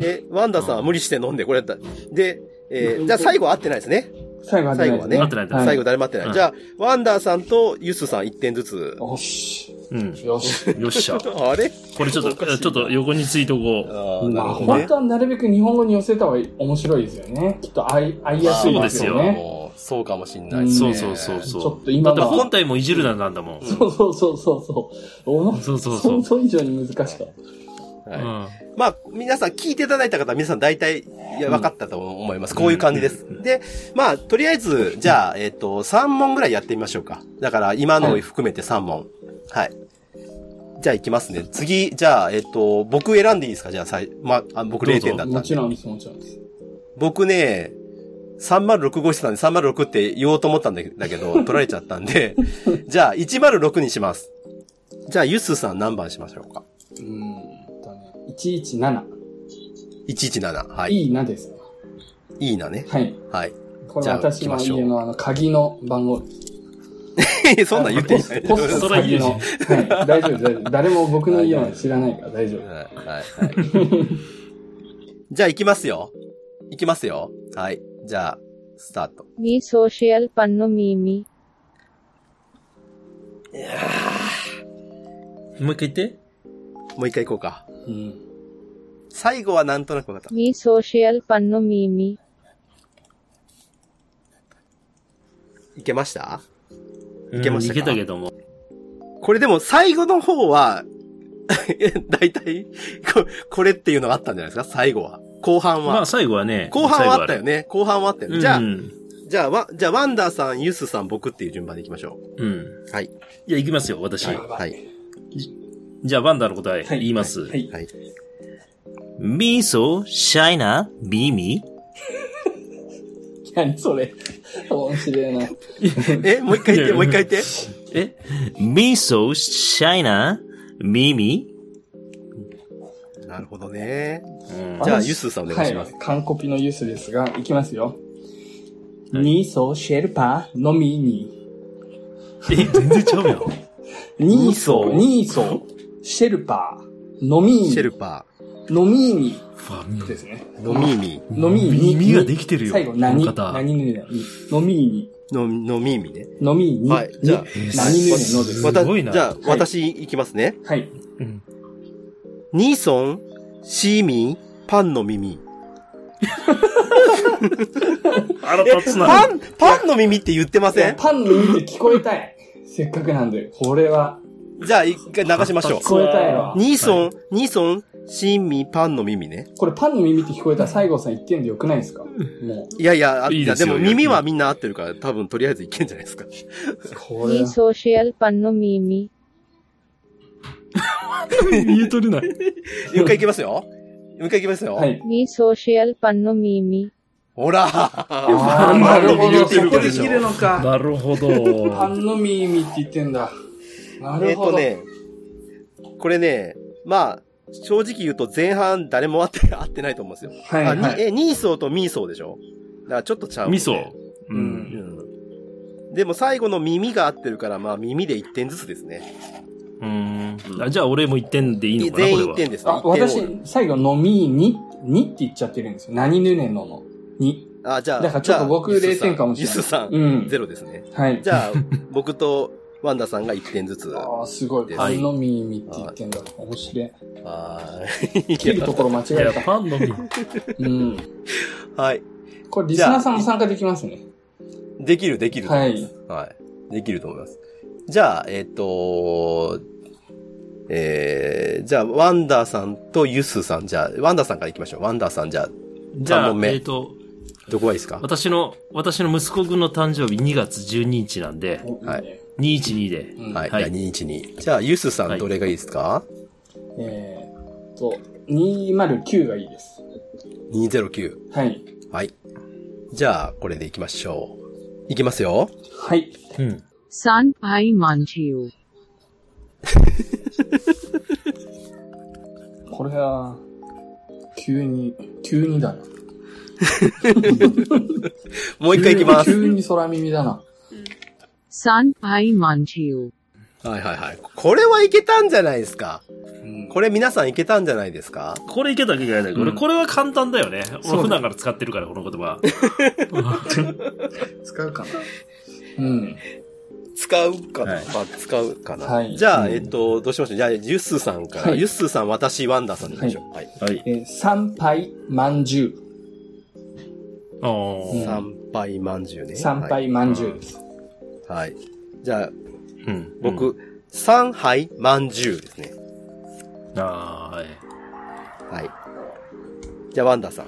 で、ワンダーさんは無理して飲んで、これだった。で、えーじゃあ最後合ってないですね。
最後は
最後はね
合ってない合ってな
最後誰も合ってない。
うん
じゃあ、ワンダーさんとユスさん1点ずつ。
よし。
うん。
よし。
よっしゃ。
あれ
これちょっと、ちょっと横についとこう。
あー
ま
な
あ、
るほど
本
ね。
当はなるべく日本語に寄せた方が面白いですよね。きっと合い、合いやすいですよ
そう
ね。
です
もうそうかもしんない
うん
そうそうそう
ちょ
そ
っと
う。
今
だ
は
って本体もいじるななんだもん。
そうそうそうそうそう。おの
そうそうそ
想。
う
像以上に難しかっ
は
た。
う
い
ん
まあ、皆さん聞いていただいた方は皆さん大体、いや、分かったと思います。こういう感じです。で、まあ、とりあえず、じゃあ、えっ、と、3問ぐらいやってみましょうか。だから、今のを含めて3問。はい。じゃあ、いきますね。次、じゃあ、えっ、と、僕選んでいいですかじゃあ、さいまあ、あ僕
どう
0
ぞ
点だった
も
ん
ち
で。
ろんです、もちろんです。
僕ね、3065してたんで、306って言おうと思ったんだけど、取られちゃったんで、じゃあ、106にします。じゃあ、ゆすさん何番しましょうか
うーんとね、117。、
?117。はいい。
いなですね。
いいなね。
はい。
はい。
こ
じ
れ
ゃあ
私の
行きましょう
家のあの、鍵の番号です。
そんなん言っていい <laughs>
<laughs> あのポスポスト鍵の。はい。大丈夫です、大丈夫。誰も僕の家は知らないから大丈夫。
はいはい。じゃあ行きますよ。行きますよ。はい。じゃあ、スタート。
มีโซเชียลปันโนมีมี
もう一回言って。
もう一回行こうか。
うん。
最後はなんとなく分かった。
มีโซเชียลปันโนมีมี
いけました
うん
いけましたか
いけたけども。
これでも最後の方は、 <laughs> だいたい、ここれっていうのがあったんじゃないですか最後は。後半は。
まあ最後はね。
後半はあったよね。後半はあったよ
最後はあ
ね。
る。
じゃあ
う、ん
じゃあ、わじゃあ、ワンダーさん、ユスさん、僕っていう順番でいきましょ
うん。
う。はい。
じゃあ行きますよ、私。
はい。
じゃあ、ワンダーの答え
はい
言います。
はい。
はい。
ミーソー、シャイナ、ビーミ
何それ。面白いな。
え、もう一回言って、もう一回言って。
ーえミーソー、シャイナ、ビーミ
なるほどね。
ー
じゃあ、ユスさんお願いしま
は
す。
い、韓コピのユースですが、いきますよ。ニーソーシェルパーのみに。
え、全然ちゃうやん。
ニ
ーソー
ニーソー、シェルパー、のみに。
シェルパー。
のみみ
ファミ
ですね。
のみみ。
のみみ。
耳ができてるよ
最後、
この
何
方
何ぬねのみ。のみみ。
の、のみみね。
のみみ。
はいじゃあ
に
えー
何ぬねのですす。
わた
ごいな
じゃあ、私いきますね。
はい。
うん
ニーソン、シーミー、パンの耳。
腹
え、
立つ
パ
な。
ン、パンの耳って言ってま
い
せ
や
ん
パンの耳って聞こえたい。 <laughs> せっかくなんで、これは、
じゃあ、一回流しましょ
聞こえたいわ
う。。ニーソン、ニーソン、シーミー、パンの耳ね。
これパンの耳って聞こえたら西郷さん言ってんでよくないですかもう、
いやいや、あ
いいです
で
よ
も
いや
耳はみんな合ってるから、多分とりあえずいけんじゃないですか。
これ
e
は。
ソーシャルパンの耳
言えとれない。
もう一回いきますよ。もう一回いきますよ。
はい。
e ソーシャルパンの耳
ほら <laughs>
あー
パンの耳
なる
言っ
ほど
て
そ
る
こ
で
で
し
切る
ょ。
のか。
なるほど。
パンの耳って言ってんだ。な
え
る
っ
ほ
と
ど。
ね、これね、まあ、正直言うと前半誰も合って、合ってないと思うんですよ。
はいは
あに
い。
え、ニーソーとミーソーでしょだからちょっとちゃう、
味噌。。う。
うんん。
うん。でも最後の耳が合ってるから、まあ耳で1点ずつですね。
うん。
あじゃあ俺も1点でいいのかな、
全員1
これは。
点ですね。
あ、
一点
私
多い、
最後、のみに、にって言っちゃってるんですよ。何ぬねのの。に。
あ、じゃあ、
だからちょっと僕
じゃあ
0点かもしれない
ユスさん、
うん。
ゼロですね。
はい。
じ
<laughs>
ゃあ、僕とワンダさんが1点ずつ。は
ああ、すごい。
です
パンの耳って言ってんだ。面白い。
ーい
切るところ間違
い
え
や、
た。
パンの耳。
うん。
はい。
これ、リスナーさんも参加できますね。
できる、できる。
は
はい。
い。
できると思います。じゃあ、えっ、とえー、じゃあ、ワンダーさんとユスさん、じゃあ、ワンダーさんから行きましょう。ワンダーさん、じゃあ、
じゃあ、
三問目
えっ、と、
どこがいいですか
私の、私の息子くんの誕生日2月12日なんで、
お
はい
ね
212で。
うん
はい。
はい
じゃあ、212。じゃあ、ユスさ
は
ん、
い
どれがいいですか、
えーっと、209がいいです。
?209。
はい。
はい。じゃあ、これで行きましょう。行きますよ。
はい。
うん。
San Pai Manjiu.
これは、急に、急にだな。
もう一回行きま
急
す。
に急に空耳だな。
San Pai Manjiu.
はいはいはい。これはいけたんじゃないですか。
うん
これ皆さんいけたんじゃないですか
これいけたわけがない。これ、
うん
これは簡単だよね。
そう
俺
ね
普段から使ってるから、この言葉。
使うかな。うん。
使うかな、
はい
まあ、使うかな。
はい
じゃあ、
うん
えっと、どうしましょう。じゃあ、ユッスーさんから。
はい
ユッスーさん、私、ワンダーさんでいきましょう。はい。
はい。
えー、参拝まんじゅう。
あー
参拝まんじゅうね。
参
は
拝
い。
まんじゅうです。
はい。じゃあ、
うん。うん。
僕、三杯まんじゅうですね。
あーはい。
はい。じゃあ、ワンダーさん。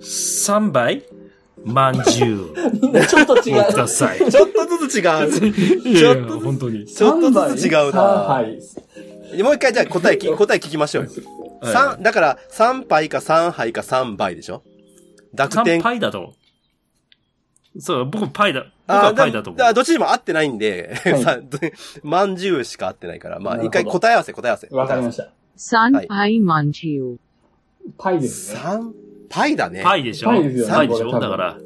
3杯まんじゅう
みんなちょっと違
を
う
く。ださい。
ちょっとずつ違う。
いやいや、本当に。
ちょっとずつ違う
参
な。
拝。
もう一回、じゃあ、答えき、答え聞きましょうよ。
はい
三、だから、三杯か三杯か三杯でしょ濁
3
点。
パイだと思う。そう、僕パイだ。僕
あ
は
ーだ
パイだと思
だ
う。
どっちにも合ってないんで、
い
<laughs> さどまんじゅうしか合ってないから、ま
な
あ、一
るほど
回答え合わせ、答え合わせ。
わかりま
し
した。
San
Hi.
Pai Manjiu.
パイですね。
三パイだね。
パイでしょ
パイですよね
パイでし
これ
ょ
多
だ
分
から、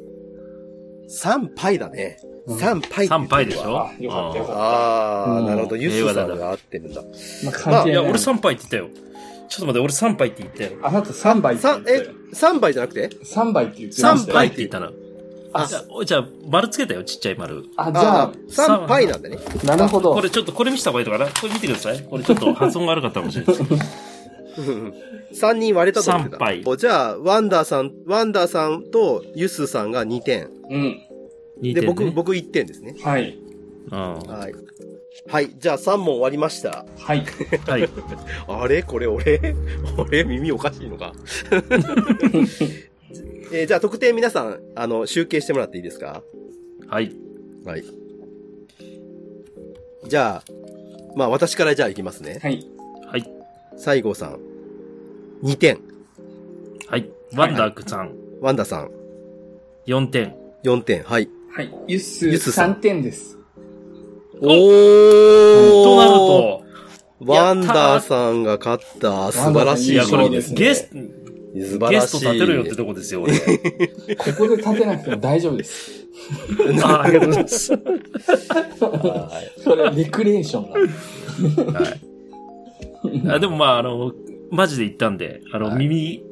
三パイだね。
うん
三パイ。
3パイでしょ
あ、よかったよかっ
あー、
うん
なるほど。ユ
平
ス
和
さ
だ
ん
な
が合ってるんだ。
た。まあ、関
い
係
や、
ない。
俺3杯って言ったよ。ちょっと待って、俺3杯って言ったよ。
あなた3杯って言っ
三、
て
え
る。、
三杯じゃなくて
3杯って言ってました
3
よ
杯って言ったな。
あ
あ、じゃあ、じゃあ丸つけたよ、ちっちゃい丸。
あ、じゃ
あ
あ、
ー、三パイなんだね。
なるほど。
これちょっと、これ見せた方がいいのかなこれ見てください。これちょっと発音が悪かったかもしれないです。
三人割れたと思ってた。
三杯
おじゃあ、ワンダーさん、ワンダーさんとユスさんが2点。
うん。
似て
で、
る、ね。
僕、僕1点ですね。
はい。
うん。は
はい。はい。じゃあ3問終わりました。
はい。
い。
あれこれ俺 <laughs> 俺耳おかしいのか <laughs> えーじゃあ得点皆さん、あの、集計してもらっていいですか
はい。
はい。じゃあ、まあ私からじゃあいきますね。
はい。
はい。
西郷さん、2点。
はい。ワンダークさん、
ワンダさん、
4点。
4点。はい。
はい。ゆっす
ゆっすさん
3点です。
お
と
ー
なると、
ワンダーさんが勝った。素晴らし
い
い
や、これ
いい
ゲ
で
ス
す
ト、
ね
ゲス
素
ト
晴らしい。
立てろよってとこで
<laughs>
すよ、俺。
ここで立てなくても大丈夫です。
ああ、ありがとうございます。
はい
それ、レクリエーションなの
はい。
あでもまあ、あの、マジで行ったんで、あの、
はい
耳、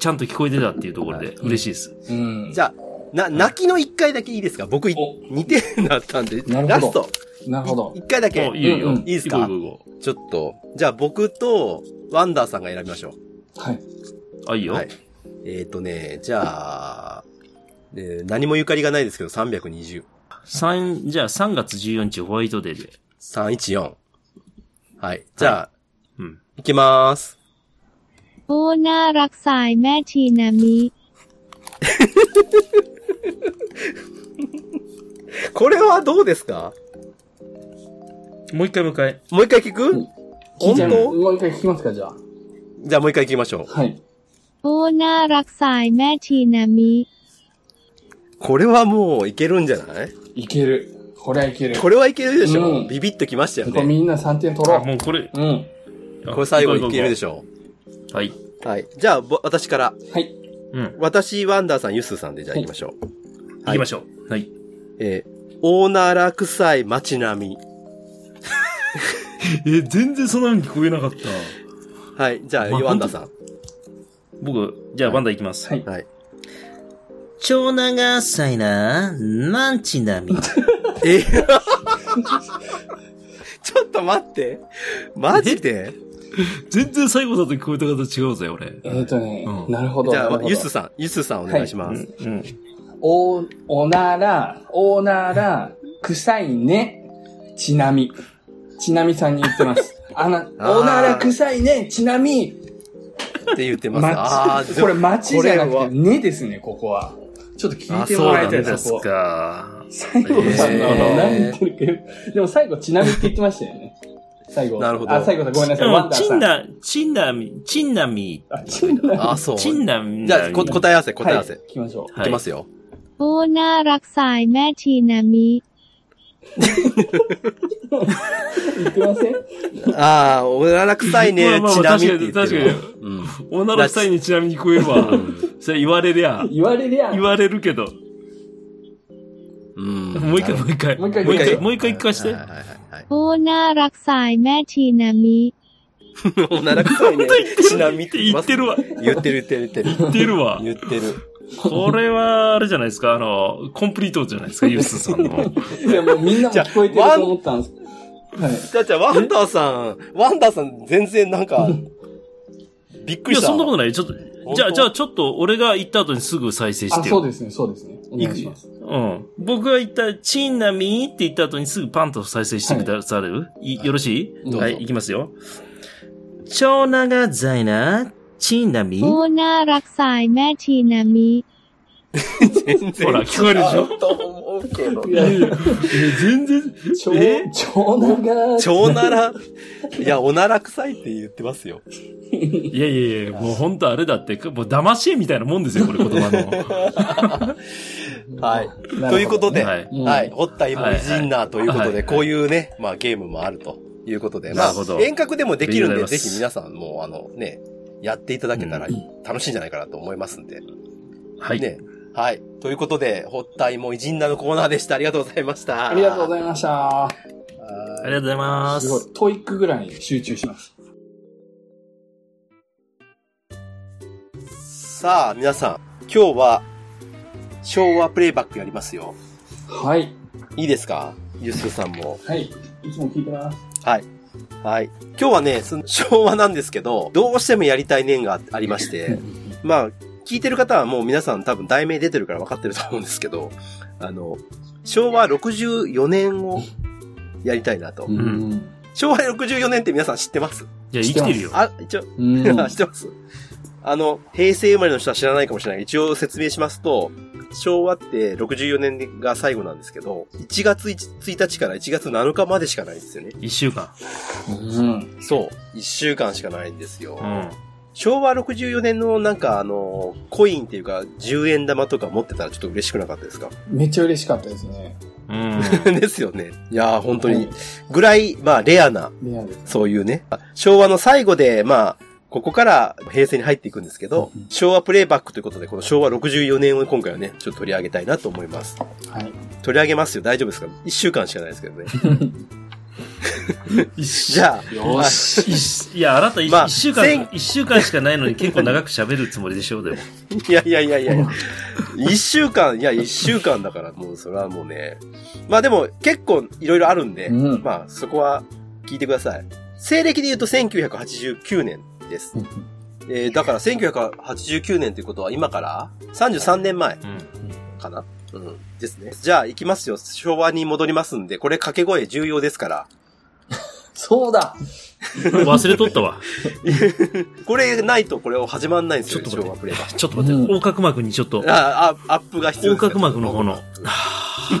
ちゃんと聞こえてたっていうところで嬉しいです。
うん。
じゃあ、な、泣きの一回だけいいですか僕、
お
2点だったんで、
なるほど
ラスト、
なるほど。
1回だけ
お、いいよいいよ、
うんうん
いいですか
行こう行こう
ちょっと、じゃあ僕と、ワンダーさんが選びましょ。
はい。
行こうあ、いいうよ。
はい。えっ、ー、とね、じゃあ、えー何もゆかりがないですけど、320。
三じゃあ3月14日ホワイトデーで。
314。はい。じゃあ、
うん。
いきまーす。
โอ้น่ารักสายแม่ทีนามิ
これはどうですか
もう一回もう一回。
もう一回聞く、
うん
本
じゃあ
当
もう一回聞きますか、じゃあ。
じゃあもう一回聞きましょう。
はい。
โอ้น่ารักสายแม่ทีนามิ
これはもういけるんじゃない
いける。これはいける。
これはいけるでしょ、
うん
ビビッときましたよ
これ
ね。
みんな3点取
あ、
ろ
もうこ
う。
れ。
うん。
これ最後にいけるで
し
しょ
ょ。はい。
うはい。じゃあ、ぼ私から。
はい。
うん。
私、ワンダーさん、ユスさんでじゃあ行きましょう。
行きましょう。はい。
えー、オーナーラ臭い街並み。
え、全然そんな風に聞こえなかった。
はい。じゃあ、
まあ
ワンダーさん。
僕、じゃあバンダ行きます。
はい。
はい。
長長さいな、なんちなみ。
えー <laughs> ちょっと待って。マジで
<laughs> 全然最後だと聞こえた方違うぜ、俺。
えっ、とね、
うん
なるほど。
じゃ
なる
あ
ほ、ど
ユスさん、ユスさんお願いします。
うん。
お、おなら、おなら、臭いね、ちなみ。ちなみさんに言っ
<laughs>
てます。あな、
あー
おなら臭いね、ちな
っ
み、
て言ってます。あ
ま
ー
ち、
で
<laughs>
も
これ町じゃな
これ
く
は
て、ねですね、ここは。ちょっと聞いてもらいたい、そこ。
か。
最後さ、あ
へー
の、何言ってるか。でも最後、ちなみって言ってましたよね。最後。
なるほど
あ、最後さん、ごめんなさい、ワ
う
ン
ん、
ダー
チ
さ
ン
ん。
ナ、チンナミ、チンナミ、
あ、チンだ。
あ、そう。
チンナミ。
じゃあ、こ答え合わせ、答え合わせ。
はい、聞きましょ
はい
きますよ。
โอ้น่ารักสายแม่ทีนามิ
う。言ってません
ああ、おなら臭いね、
まあまあ
ちなみって言
確か
って
に、
る
確
わ。
か
うん。
に。おならしたいにちなみに聞こえれば、それ言われりゃ、
言われりゃ、
言われるけど。
うん。
もう一回、もう一回。
もう一回
も
もう一
う一回、
回
もう一回聞かして。
はいはいはい
โอ้น่ารักสายแม่ทีนามิ
はい。おなら臭いね、ちなみって
言ってるわ。
言ってる言ってる言って
言
る。
ってるわ。
言ってる。
これは、あれじゃないですか、あの、コンプリートじゃないですか、ユースさんの。
いや、もうみんなも聞こえてると思ったんです。はい。
じゃあじゃあワンダーさん、ワンダーさん全然なんか、びっく
い
りし
や、
た。
そんなことない。ちょっ
本
と、
当
じゃあ、じゃあ、ちょっと、俺が行った後にすぐ再生し
あ、
て
そ
よ。
うですね、そうですね。お願いします。
うん。僕が言った、チンナミーって言った後にすぐパンと再生してくださる、いよろし
どう
い
ぞ
はい、いきますよ。超長在な、チンナミ
โอ้น่ารักสายแม่ทีนามิ
全然
ほら、聞こえるでしょ
と思うけど。
いやいや
全然、
超
え、
超長い。
超なら、いや、おなら臭いって言ってますよ。
いやいやいや、もう本当あれだって、もう騙し絵みたいなもんですよ、これ言葉の。
はい。
なるほど
ということで、
はい
はい。堀田今イジンナーということ
はいは
で、
い
こういうね、まあゲームもあるということで、ま
な
あ
るほど
遠隔でもできるん
あり
で、
がとう
ぜ
ござい
ひ皆
ます
さんもあのね、やっていただけたら楽しいんじゃないかなと思いますんで。
はい。
ね。はい。ということで、堀田芋イジンナーのコーナーでした。ありがとうございました。
ありがとうご
い
ざいました。
ありがとうございますす。
ごい。トイックぐらいに集中します。
ます。さあ、皆さん、今日は昭和プレイバックやりますよ。
はい。
いいですかゆすさんも。
はい。いつも聞いてます。
はい。はい。今日はね、その <laughs> 昭和なんですけど、どうしてもやりたい念がありま <laughs> して、まあ、聞いてる方はもう皆さん多分題名出てるから分かってると思うんですけど、あの、昭和64年をやりたいなと。
ん。
昭和64年って皆さん知ってます
いや、生きてるよ。
あ、一応、
うん。
<laughs> 知ってますあの、平成生まれの人は知らないかもしれない。一応説明しますと、昭和って64年が最後なんですけど、1月 1, 日から1月7日までしかないんですよね。
一週間。
うん。
そう。1週間しかないんですよ。
うん。
昭和64年のなんかあの、コインっていうか10円玉とか持ってたらちょっと嬉しくなかったですか <laughs>
めっちゃ嬉しかったですね。
うん。
ですよね。いやー本当に。ぐらい、まあレアな、
リアルです。
そういうね。昭和の最後で、まあ、ここから平成に入っていくんですけど
うん、
昭和プレイバックということで、この昭和64年を今回はね、ちょっと取り上げたいなと思います。
はい。 <laughs>
取り上げますよ。大丈夫ですか一週間しかないですけどね。じゃあ、
よし。いや、あなた一、
まあ
一週間
千、
一週間しかないのに結構長く喋るつもりでしょう、でも。
いやいやいやいや、一週間、いや一週間だから、もうそれはもうね。まあでも結構いろいろあるんで、
うん
まあそこは聞いてください。西暦で言うと1989年です。えーだから1989年ということは今から33年前かな、うん、ですね。じゃあ行きますよ。昭和に戻りますんで、これ掛け声重要ですから。
そうだ
忘れとったわ。
これないとこれを始まんないんです
ちょ
よ、
っと待
昭和プレイ
って。ちょっと待って。
う
横隔膜にちょっと、
ああ、アップが必要
横
ですね、
隔膜の方の。
<laughs>
は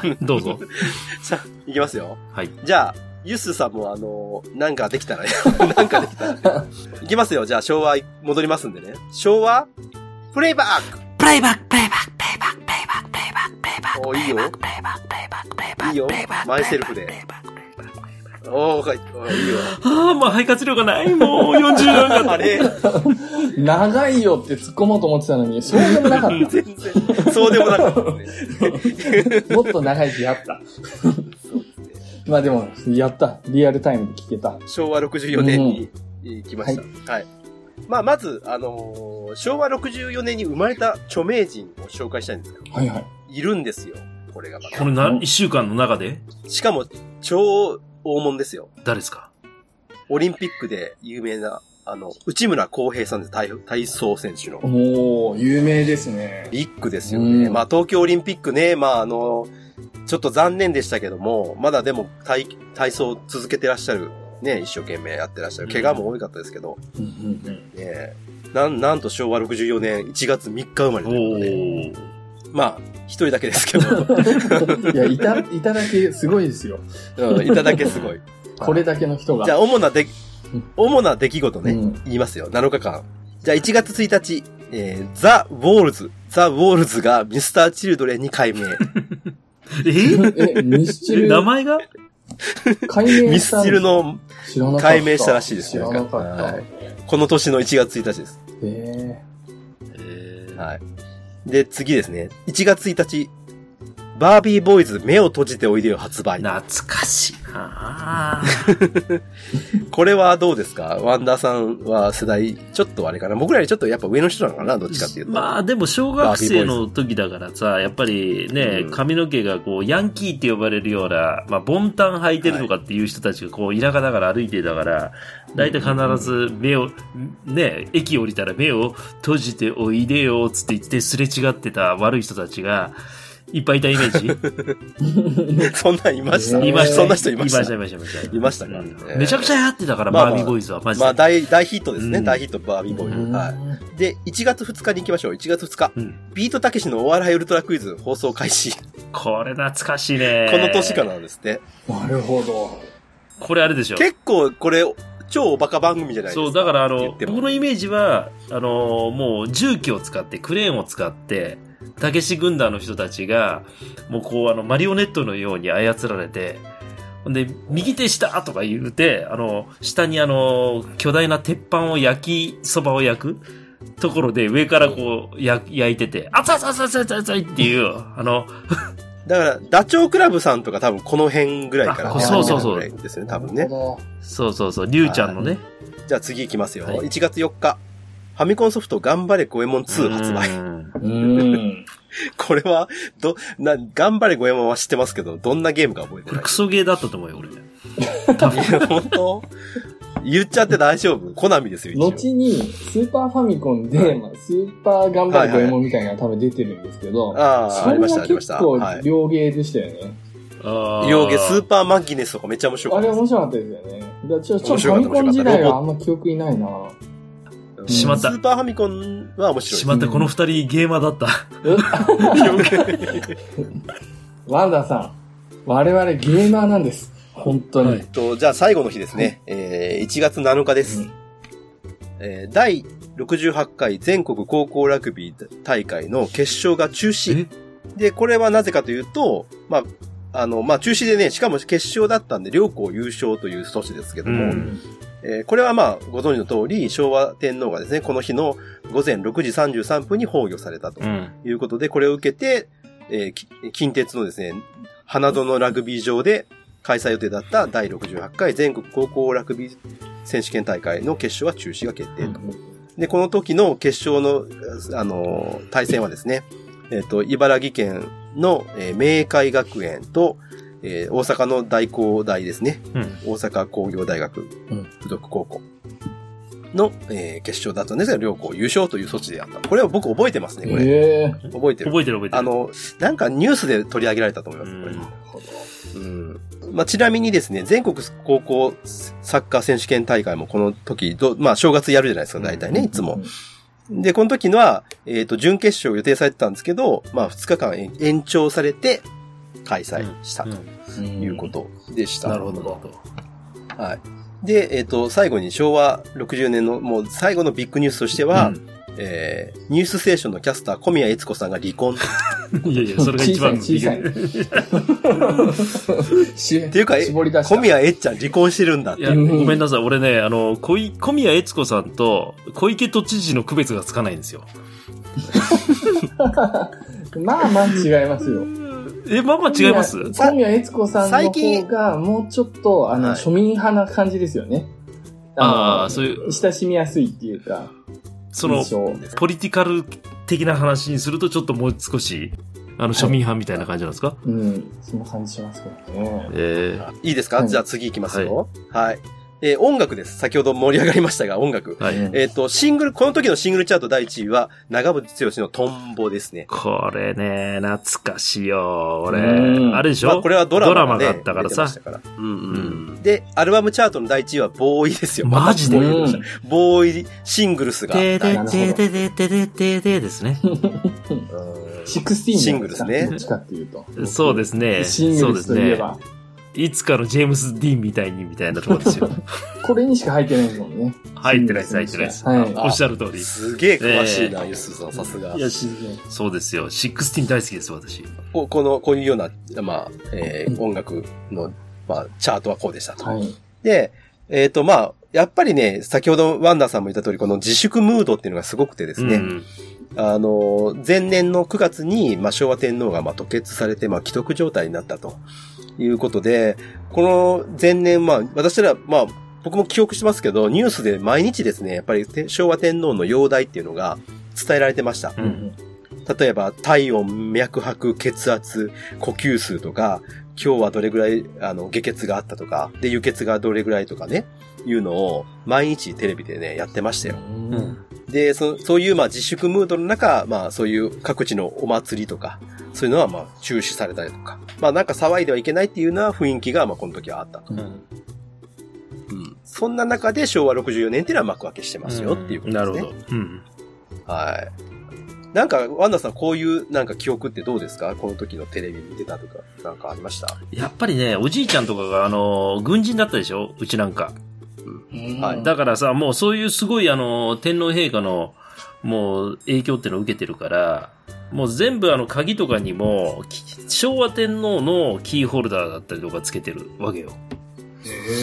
ぁどうぞ。
じゃあ、いきますよ。
はい。
じゃあ、ユッスーさんもあの、なんかできたら、 <laughs> なんかできたら。いきますよ。じゃあ、昭和戻りますんでね。昭和、プレイバック
プレイバック、プレイバック、プレイバック、プレイバック、プレイバック、プレイバック、
おいい
プレ
よ。
イバック、プレイバック、プレイバック、
いいよ。マイセルフで。おー、はい。おいいよ。
<laughs>
ああ、もう肺活量がない。もう40なんか
あれ
長いよって突っ込もうと思ってたのに、そうでもなかっ
<laughs>
全然、そうでもなかったですね。
た。もっと長いしやった。まあでも、やった。リアルタイムで聞けた。
昭和64年に行きました。はい。まあ、まず、あのー昭和64年に生まれた著名人を紹介したいんですけど、
はいはい。
いるんですよ。これがまた
このな、一週間の中で、
しかも、超大物ですよ。
誰ですか
オリンピックで有名な、あの、内村航平さんです体、体操選手の。
もう、有名ですね。
ビッグですよね。
うん
まあ、東京オリンピックね、まあ、あの、ちょっと残念でしたけども、まだでも体、体操を続けてらっしゃる、ね、一生懸命やってらっしゃる。怪我も多かったですけど、
うんうん
ねえなん、なんと昭和64年1月3日生まれ
お
ということで、
ー。
まあ、一人だけですけ
<laughs>
ど、
うんいや、いた、いただけすごいですよ。
<laughs> うんいただけすごい。
これだけの人が。
じゃあ、主なで
うん、
主な出来事ね、
うん
言いますよ。7日間。じゃあ、1月1日、えー、ザ・ウォールズ。ザ・ウォールズがミスター・チルドレンに改名。
<laughs> え
え、ミスチ
え
ル、
名前が
解明
ミ
した
ス
ん
チルの、
知らなかった
解明したらしいです
知
よ
らなかった。
はいこの年の1月1日です。
え
はい。で、次ですね。1月1日、バービーボーイズ目を閉じておいでよ発売。
懐かしいなあ
これはどうですかワンダーさんは世代、ちょっとあれかな僕らよりちょっとやっぱ上の人なのかなどっちかっていうと。
まあでも小学生の時だからさ、やっぱりね
うん、
髪の毛がこうヤンキーって呼ばれるような、まあボンタン履いてるとかっていう人たちがこう田舎だから歩いてたから、大体必ず目を、ね、駅降りたら目を閉じておいでよつって言ってすれ違ってた悪い人たちが、いっぱいいたイメー
<laughs>
ジ
<laughs> そんなんいました
えー
いました。
そんな人いました。
いました、いました。
いましたか
うん
えー
めちゃくちゃ流行ってたから、
まあ
バ
まあ
ービーボーイズは、マジ
まあ
で。
大、大ヒットですね。
うん
大ヒット、バービーボーイズ。
ー
はい。で、1月2日に行きましょう。1月2日。
うん
ビートたけしのお笑いウルトラクイズ放送開始。こ
これ懐かしいね。
の年からなんですね。
なるほど。
これあれでしょ。
結構これ、超おバカ番組じゃないですか。
そう、だからあ
言
の、
って
僕
も
のイメージは、あの、もう重機を使って、クレーンを使って、たけし軍団の人たちが、もうこう、あの、マリオネットのように操られて、ほんで、右手下とか言うて、あの、下にあの、巨大な鉄板を焼き、そばを焼くところで、上からこう、焼焼いてて、熱々熱々熱々熱々っていう、あの、
だから、ダチョウ倶楽部さんとか多分この辺ぐらいから、
あそうそうそう
ですね、多分ね。
な
そうそうそう、りゅうちゃんのね、
じゃあ次行きますよ。
はい
1月4日。ファミコンソフト頑張れゴエモン2発売。 <laughs>
うん
るほど。うん。
これは、ど、な、頑張れゴエモンは知ってますけど、どんなゲームか覚えて
こ
な
れ
い
<laughs> ク。ソゲーだったと思うよ、俺。
いや、本当言っちゃって大丈夫コナミですよ、一応。
後に、スーパーファミコンで、まあスーパー頑張るドエモンみたいなのが多分出てるんですけど、
ああ、
そ
あり
れ
ました、
は
ありまし
結
た。
構
はい。
両芸でしたよね。
両ゲスー
ー
パーマギネスとかめっちゃ面白か
あ
っ
れ
たです。
面白かったですよね。だからちょちょっ
面
と
白
フ
か
ァミコ
った
ン時代
面白
は
か
あんま記憶にないなぁ。
うん
しまった
スーパーファミコンは面白い。
しまった、この二人ゲーマーだった。
<laughs>
ワンダーさん、我々ゲーマーなんです。本当に。
えっと、じゃあ最後の日ですね。えー、1月7日です。えー、第68回全国高校ラグビー大会の決勝が中止。で、これはなぜかというと、まあ、あの、まあ、中止でね、しかも決勝だったんで、両校優勝という措置ですけども、
うん
えーこれはまあ、ご存知の通り、昭和天皇がですね、この日の午前6時33分に崩御されたと
うん。
ということで、これを受けて、えーき近鉄のですね、花園ラグビー場で開催予定だった第68回全国高校ラグビー選手権大会の決勝は中止が決定と。で、この時の決勝の、あの、対戦はですね、えっ、と、茨城県の、えー明海学園と、えー大阪の大工大ですね、
うん
大阪工業大学
うん
附属高校の、えー決勝だったんですが、両校優勝という措置であった。これは僕覚えてますね、これ。
ええ
覚えてる。
覚えてる覚えてる。
あ、の、なんかニュースで取り上げられたと思います、これ。うんまあ、ちなみにですね、全国高校サッカー選手権大会もこの時、どまあ、正月やるじゃないですか、大体ね、いつも。で、この時のは、えっ、と、準決勝予定されてたんですけど、まあ、2日間延延長されて開催したということでした。
なるほ <laughs> ど。
はい。で、えっ、と、最後に昭和60年の、もう最後のビッグニュースとしては、えーニュースステーションのキャスター、小宮悦子さんが離 <laughs> 婚。
いやいや、それが一番
小さい
い
し
<laughs> っていうか、え
絞り出した
小宮えっちゃん離婚してるんだって。
や、ごめんなさい。俺ね、あの、小い小宮悦子さんと小池都知事の区別がつかないんですよ。
まあまあ違いますよ。
え、まあまあ違います
小宮悦子さんの
最近
方が、もうちょっと、あの、
はい
庶民派な感じですよね。
ああ、
の
そういう、
親しみやすいっていうか、
その
印、象
ポリティカル的な話にすると、ちょっともう少し、あの、庶民派みたいな感じなんですか、
うん、そんな感じしますけどね。
え
いいですか、
はい
じゃあ次行きますよ。はい。えー音楽です。先ほど盛り上がりましたが、音楽
え。はい。
えっ、と、シングル、この時のシングルチャート第1位は、長渕剛のトンボですね。
これね、懐かしいよ。俺
う、ん
あれでしょ、
まあ、これはドラマ,、ね、
ドラマがあったからさ
出てましたからうんうんで、アルバムチャートの第1位は、ボーイですよ。
マジで
またボーイボーイシングルスが第
て
一
で
位。
てででてでてでですね。
シックスティーン
シングルですね
どっちかっていうと。
そうですね。
シン
そ
グル
うで
ス
す
といえ
ね。
ば、
いつかのジェームス・ディーンみたいにみたいなところですよ。
これにしか入ってないですもんね。
入ってないです、入ってないです。
はい
おっしゃる通り。
すげえ詳しいな、ユスさん、さすが。
いや、自然。
そうですよ。シックスティン大好きです、私。
ここの、こういうような、まあ、えー音楽の、まあ、チャートはこうでしたと。
はい。
で、えっ、と、まあ、やっぱりね、先ほどワンダーさんも言った通り、この自粛ムードっていうのがすごくてですね、
うん
あの、前年の9月に、まあ、昭和天皇が、まあ、吐血されて、まあ、既得状態になったということで、この前年、まあ、私ら、まあ、僕も記憶してますけど、ニュースで毎日ですね、やっぱりて昭和天皇の容体っていうのが伝えられてました。
うん
例えば、体温、脈拍、血圧、呼吸数とか、今日はどれぐらい、あの、下血があったとか、で、輸血がどれぐらいとかね、いうのを、毎日テレビでね、やってましたよ。で、そそういう、まあ、自粛ムードの中、まあ、そういう各地のお祭りとか、そういうのは、まあ、中止されたりとか、まあ、なんか騒いではいけないっていうような雰囲気が、まあ、この時はあったと。うんそんな中で昭和64年っていうのは幕開けしてますよっていうことですね。
なるほど。うん。
はい。なんか、ワンダさん、こういうなんか記憶ってどうですかこの時のテレビ見てたとか、なんかありました
やっぱりね、おじいちゃんとかが、あの、軍人だったでしょうちなんか。
はい
だからさ、もうそういうすごいあの、天皇陛下の、もう影響ってのを受けてるから、もう全部あの、鍵とかにも、き昭和天皇のキーホルダーだったりとかつけてるわけよ。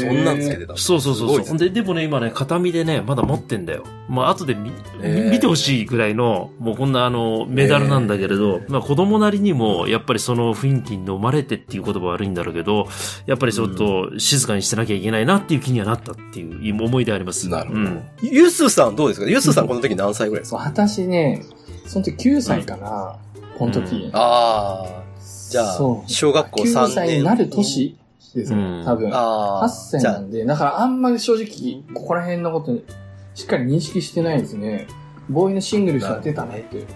そんなんつけてた。
そうそうそう
すごい
そ。
うです
ほんで、でもね、今ね、片身でね、まだ持ってんだよ。まあ、後で見、
えー
見てほしいぐらいの、もうこんなあの、メダルなんだけれど、まあ、子供なりにも、やっぱりその雰囲気に飲まれてっていう言葉は悪いんだろうけど、やっぱりちょっと静かにしてなきゃいけないなっていう気にはなったっていう思いであります。
なるほど
うん
ユスさんどうですかユスさんこの時何歳ぐらいですか
私ね、その時9歳かな、この時。
ああ、じゃあ
そ、う
小学校
9
3
歳
年。
になる年です
う
ね
ん、
多分。
あ
8
あ、
歳
じゃ
なんで、だからあんまり正直、ここら辺のことにしっかり認識してないですね。ボーイのシングルしか出たねっていう。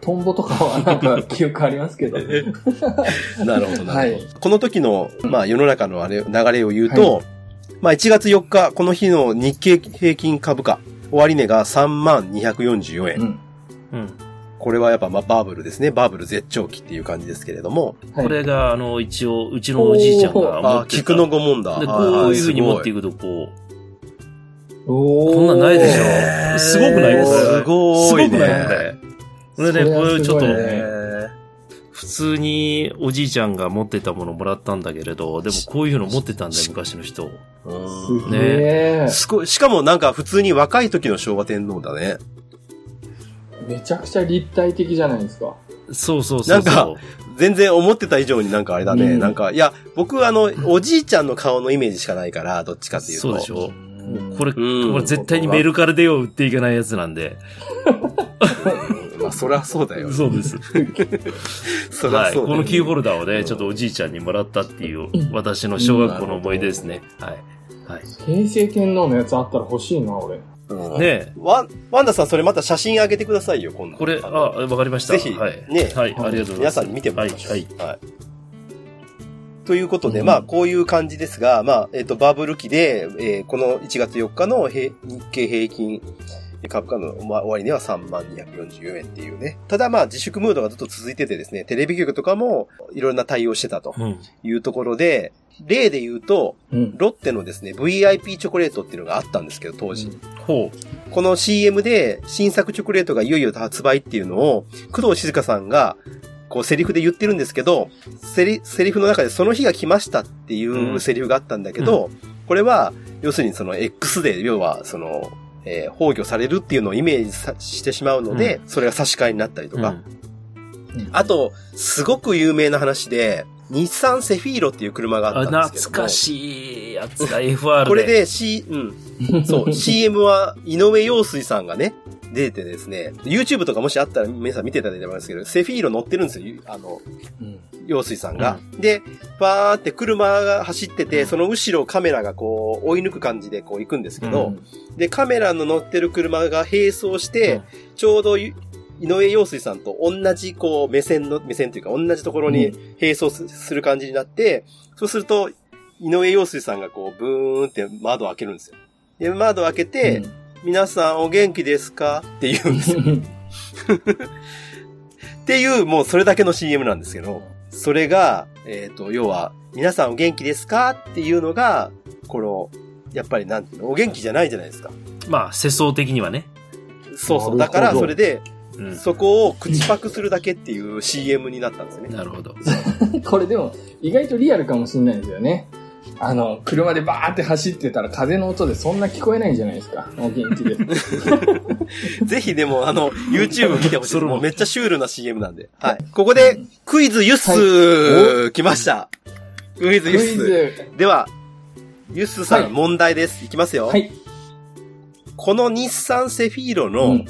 トンボとかはなんか記憶ありますけ
<laughs>
ど。
あ、なるほど、なるほど。
は
この時の、まあ世の中のあれ、流れを言うと、まあ1月4日、この日の日経平均株価、終値が3万244円。
うん。
うん。
これはやっぱまあバブルですね。バブル絶頂期っていう感じですけれども。
はい
これが、あの、一応、うちのおじいちゃんが持
あ
っ
あ、
てた。
菊の御門だ。
で、こ
はは
ういう風に持ってい
す
くと、こう、
お
こんなんないでし
へ
ょ
ー
すごくないこれ
すごいね
すごくないこれ。これね、
それ
こ
は
れちょっと
すごい
ごい
ね
へー
普通におじいちゃんが持ってたものもらったんだけれど、でもこういうの持ってたんだよ、昔の人。
うん
すげえ、
すごい。しかもなんか普通に若い時の昭和天皇だね。
めちゃくちゃ立体的じゃないですか。
そうそうそ
な
うそう。
んか全然思ってた以上になんかあれだね。
うん
なんか、いや、僕あの、おじいちゃんの顔のイメージしかないから、どっちかっていうと。
そうでしょもうこれ、こ
うん
れ絶対にメルカルでよ売っていかないやつなんで。
うんまあ、そりゃそうだよ。
そうです。
そり
は
ゃ
い。
そう
こ
だよ
のキーホルダーをね、ちょっとおじいちゃんにもらったっていう、私の小学校の思い出ですね。はい。はい。
平成天皇のやつあったら欲しいな、俺。
うん
ね
ワン、ワンダさん、それまた写真あげてくださいよ、今度。
これ、あ、わかりました。
ぜひ
はい。
ね
はい、ありがとうございます。
皆さんに見てもら
はいい、
ましょう。
はい。
はい。ということで、まあ、こういう感じですが、まあ、えっ、と、バブル期で、えーこの1月4日の平日経平均株価の、まあ、終わりには3万244円っていうね。ただ、まあ、自粛ムードがずっと続いててですね、テレビ局とかもいろんな対応してたと
うん。
いうところで、例で言うと、
うん。
ロッテのですね、VIP チョコレートっていうのがあったんですけど、当時。
ほ
この CM で新作チョコレートがいよいよ発売っていうのを、工藤静香さんが、こうセリフで言ってるんですけど、セリ、セリフの中でその日が来ましたっていうセリフがあったんだけど、これは、要するにその X で、要はその、えー崩御されるっていうのをイメージさしてしまうので、それが差し替えになったりと
う。
か、
うん
あと、すごく有名な話で、日産セフィーロっていう車があ
あ
ったんですけども。
懐かしいやつが FR で。
これ、で C、うん。 <laughs> そう、CM は井上陽水さんがね、出てですね、YouTube とかもしあったら皆さん見ていただいてもらうんですけど、セフィーロ乗ってるんですよ、あの、陽水さんが。で、バーって車が走ってて、その後ろをカメラがこう、追い抜く感じでこう行くんですけど、で、カメラの乗ってる車が並走して、
うん
ちょうどゆ井上陽水さんと同じこう、目線の、目線というか同じところに並走すする感じになって、そうすると、井上陽水さんがこう、ブーンって窓を開けるんですよ。で、窓を開けて、皆さんお元気ですかって言うんです <laughs> よ。っていう、もうそれだけの CM なんですけど、それが、えっ、と、要は、皆さんお元気ですかっていうのが、この、やっぱりなんていうの、お元気じゃないじゃないですか。
まあ、世相的にはね。
そうそう。
な
だ
るほど
から、それで、
うん。
そこを口パクするだけっていう CM になったんですよね。
なるほど。
<laughs> これでも、意外とリアルかもしれないですよね。あの、車でバーって走ってたら風の音でそんな聞こえないじゃないですか。お元気 <laughs> で。
<laughs> ぜひでも、あの、YouTube 見てほしい。
それも
もうめっちゃシュールな CM なんで。はい。ここで、クイズユッスー、来ました。クイズ
ク
ユ
イ
ッスー。
ズ。
では、ユッスーさん、
はい
問題です。いきますよ。
はい。
この日産セフィーロ
う
の
ん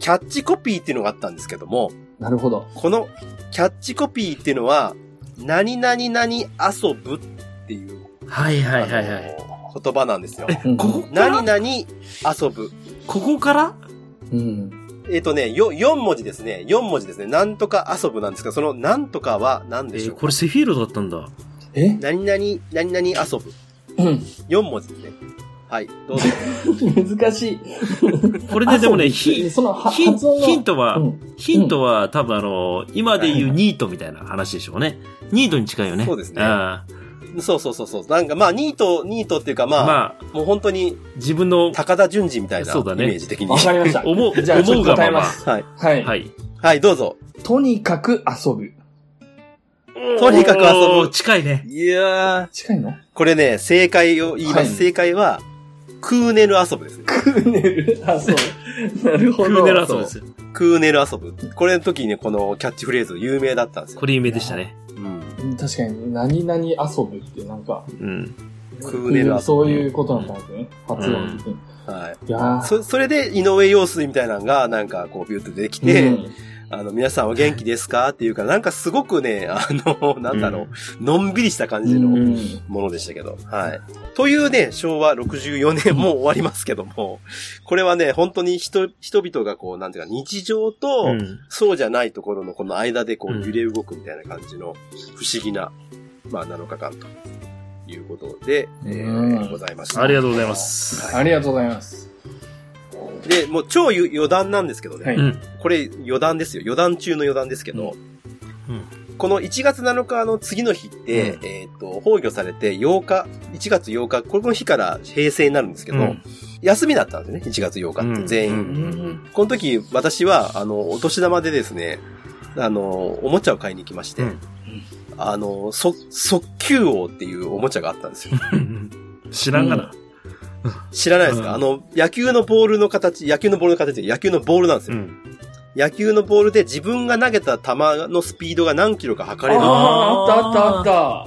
キャッチコピーっていうのがあったんですけども、
なるほど。
このキャッチコピーっていうのは、何々何遊ぶっていう、
はいは
あ
い
の
はいはい。
言葉なんですよ。
うん
ここから
何々遊ぶ。
ここから
うん。
えっ、とね、よ、4文字ですね。4文字ですね。なんとか遊ぶなんですけど、そのなんとかは何
え
でしょ
ー、
うか、
これセフィーロだったんだ。
え
何々、何々遊ぶ。
うん。
4文字ですね。はい、どうぞ。 <laughs>
難しい。
これね、でもね、
あ
ヒ
そうそのは
ヒン
発音の
ヒントは、
うん
ヒントは多分あの、今で言うニートみたいな話でしょうね。ニートに近いよね。
そうですね
ああ
そうそうそうそう。なんかまあ、ニート、ニートっていうかまあ、
まあ、
もう本当に
自分の
高田純次みたいなイ
そ
メ
うだね
ージ的に。
わかりました。
思う、
じゃあ、ち
思
ょっ
う
と
が
答え
まま
ま。す。
はい。
はい。
はい。
はい、どうぞ。
とにかく遊ぶ。
とにかく遊
おー
ぶ。
近いね。
いやー。
近い <laughs> の
これね、正解を言いま
は
す。
い
正解は、クーネル遊ぶですね。
クーネル遊ぶ。なるほ
ク
ど。
ーネラそうです。
クーネル遊ぶ。これの時にね、このキャッチフレーズ有名だったんですよ。
これ有名でしたね。
うん確かに、何々遊ぶってなんか、
うん。
クーネル遊ぶ。
そういうことなんだったんですね。発音的に。
はい。
いやー
そ、それで井上陽水みたいなのが、なんかこう、ビューって出てきて、
うん
あの、皆さんお元気ですかっていうから、なんかすごくね、あの、なんだろう、のんびりした感じの
うん
ものでしたけど、はい。というね、昭和64年もう終わりますけども、これはね、本当に人、人々がこう、なんていうか、日常と、
うん。
そうじゃないところのこの間でこ
うん
う揺れ動くみたいな感じの不思議な、まあ7日間ということで、えー
うん
ございました。
ありがとうございます。
ありがとうございます。
で、もう超ゆ余談なんですけどね、
はい
うん。
これ余談ですよ。余談中の余談ですけど、
うんう
この1月7日の次の日って、
う
えっ、と、崩御されて8日、1月8日、この日から平成になるんですけど、
うん
休みだったんですね、1月8日って、全員。
うん
この時、私は、あの、お年玉でですね、あの、おもちゃを買いに行きまして、
うん
あの、そ、速球王っていうおもちゃがあったんですよ。
うん知らんがな。
知らないですか、
うん
あの、野球のボールの形、野球のボールの形で野球のボールなんです
う
よ。
ん。
野球のボールで自分が投げた球のスピードが何キロか測れる。あ
ああ、あったあったあ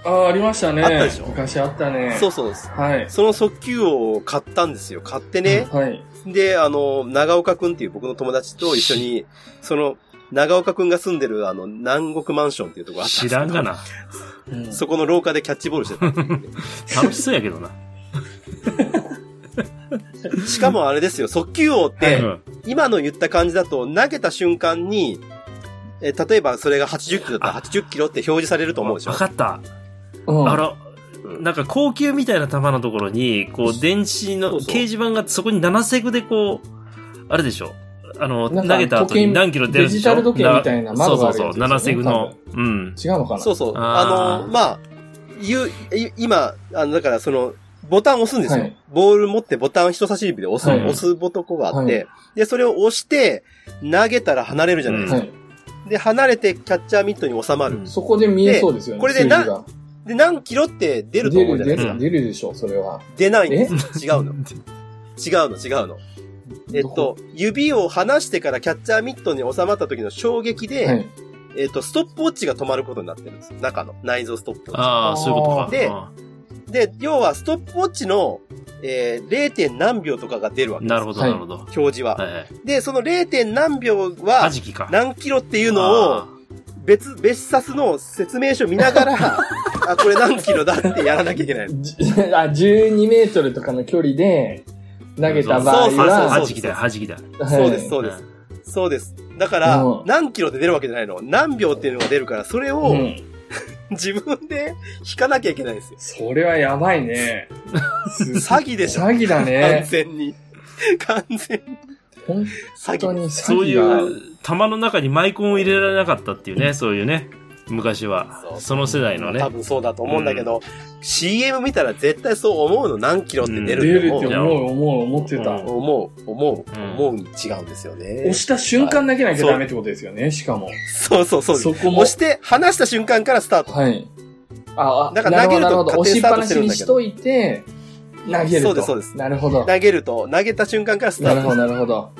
った。ああ、ありましたね。
あったでしょ
昔あったね。
そうそうです。
はい。
その速球を買ったんですよ。買ってね。
はい。
で、あの、長岡くんっていう僕の友達と一緒に、その、長岡くんが住んでるあの、南国マンションっていうとこあったん
知
ですけど
らんがな。
うん
そこの廊下でキャッチボールしてた
<laughs>
っていうね、
楽しそうやけどな。
しかもあれですよ、速球王っ
う
て、
ん
今の言った感じだと、投げた瞬間に、えー例えばそれが80キロだったら80キロって表示されると思うでしょ
わ。かった。
うん
あら、
うん
なんか高級みたいな球のところに、こう、電子の
そうそう
掲示板がそこに7セグでこう、あれでしょ。あの、
な
投
んか
げた後に何キロ出るでしょ
デジタル時計みたいな
そ
窓
うそ
があ
う
る
そう、
やつですよね
7セグの。うん。
違うのかな
そうそう。あ
あー
の、まあ、言う、い今、あの、だからその、ボタン押すんですよ。
はい
ボール持ってボタン人差し指で押す、
はい
押すボタンがあって、
はい
で、それを押して、投げたら離れるじゃないです
は
か。
い。
で、離れてキャッチャーミットに収まる。
そこで見えそうですよ
で
ね。
これで
数字
な
が
で、何キロって出
出
ると思うじゃないで
出
すか。
る、出るでしょ、それは。
出ないんです。違うの。違
<laughs>
うの、違うの。えっ
ど
と
こ、
指を離してからキャッチャーミットに収まった時の衝撃で、
はい。
えっと、ストップウォッチが止まることになってるんですよ。中の。内臓ストップウォッチ。
ああ、そういうことか。
で
あ
で、要はストップウォッチの、えー、0. 点何秒とかが出るわ
ー
けです。
なるほど、
はい
なるほど。
表示は。
はいはい。
で、その 0. 点何秒は
カ、ジキか。
何キロっていうのを、別、別冊の説明書見ながら、あ、これ何キロだってやらなきゃいけない。
じ <laughs> あ、12メートルとかの距離で投げた場合
そうそうそう
は、
は
そう
じきだよ、はじきだよ。
はい
そうです、そうです。
ん
そうです。だから
うん、
何キロで出るわけじゃないの。何秒っていうのが出るから、それを
うん
自分で引かなきゃいけないんですよ。
それはやばいね。
詐欺でしょ。
詐欺だ
<laughs> 完
ね。
全に。完全に。
本
詐
当
欺。
に詐
そうい
欺が。
う、玉の中にマイコンを入れられなかったっていうね、そういうね、昔は。
そう
その世代のね
多。分そうだと思うんだけど、CM 見たら絶対そう思うの何キロって出るって思う。
出るって
う、思う、思って
う
思う、思う、
うん
思うに違うんですよね
押。した瞬間投げなきゃダメってことですよね、しかも。
そうそうそうです。
そこも
押し。て、離した瞬間からスタート。
はい。あ、あ、
だから投げると
なほどなほど
勝手に
押し
ス
っ
ター
ぱ
ト
な
して
し
るん
に
だけど
しといて、投げると。
そうですそうです
なるほど。
投げると、投げた瞬間からスタ
なる
ー
ほど、
ト。
なる
<laughs>
ほど。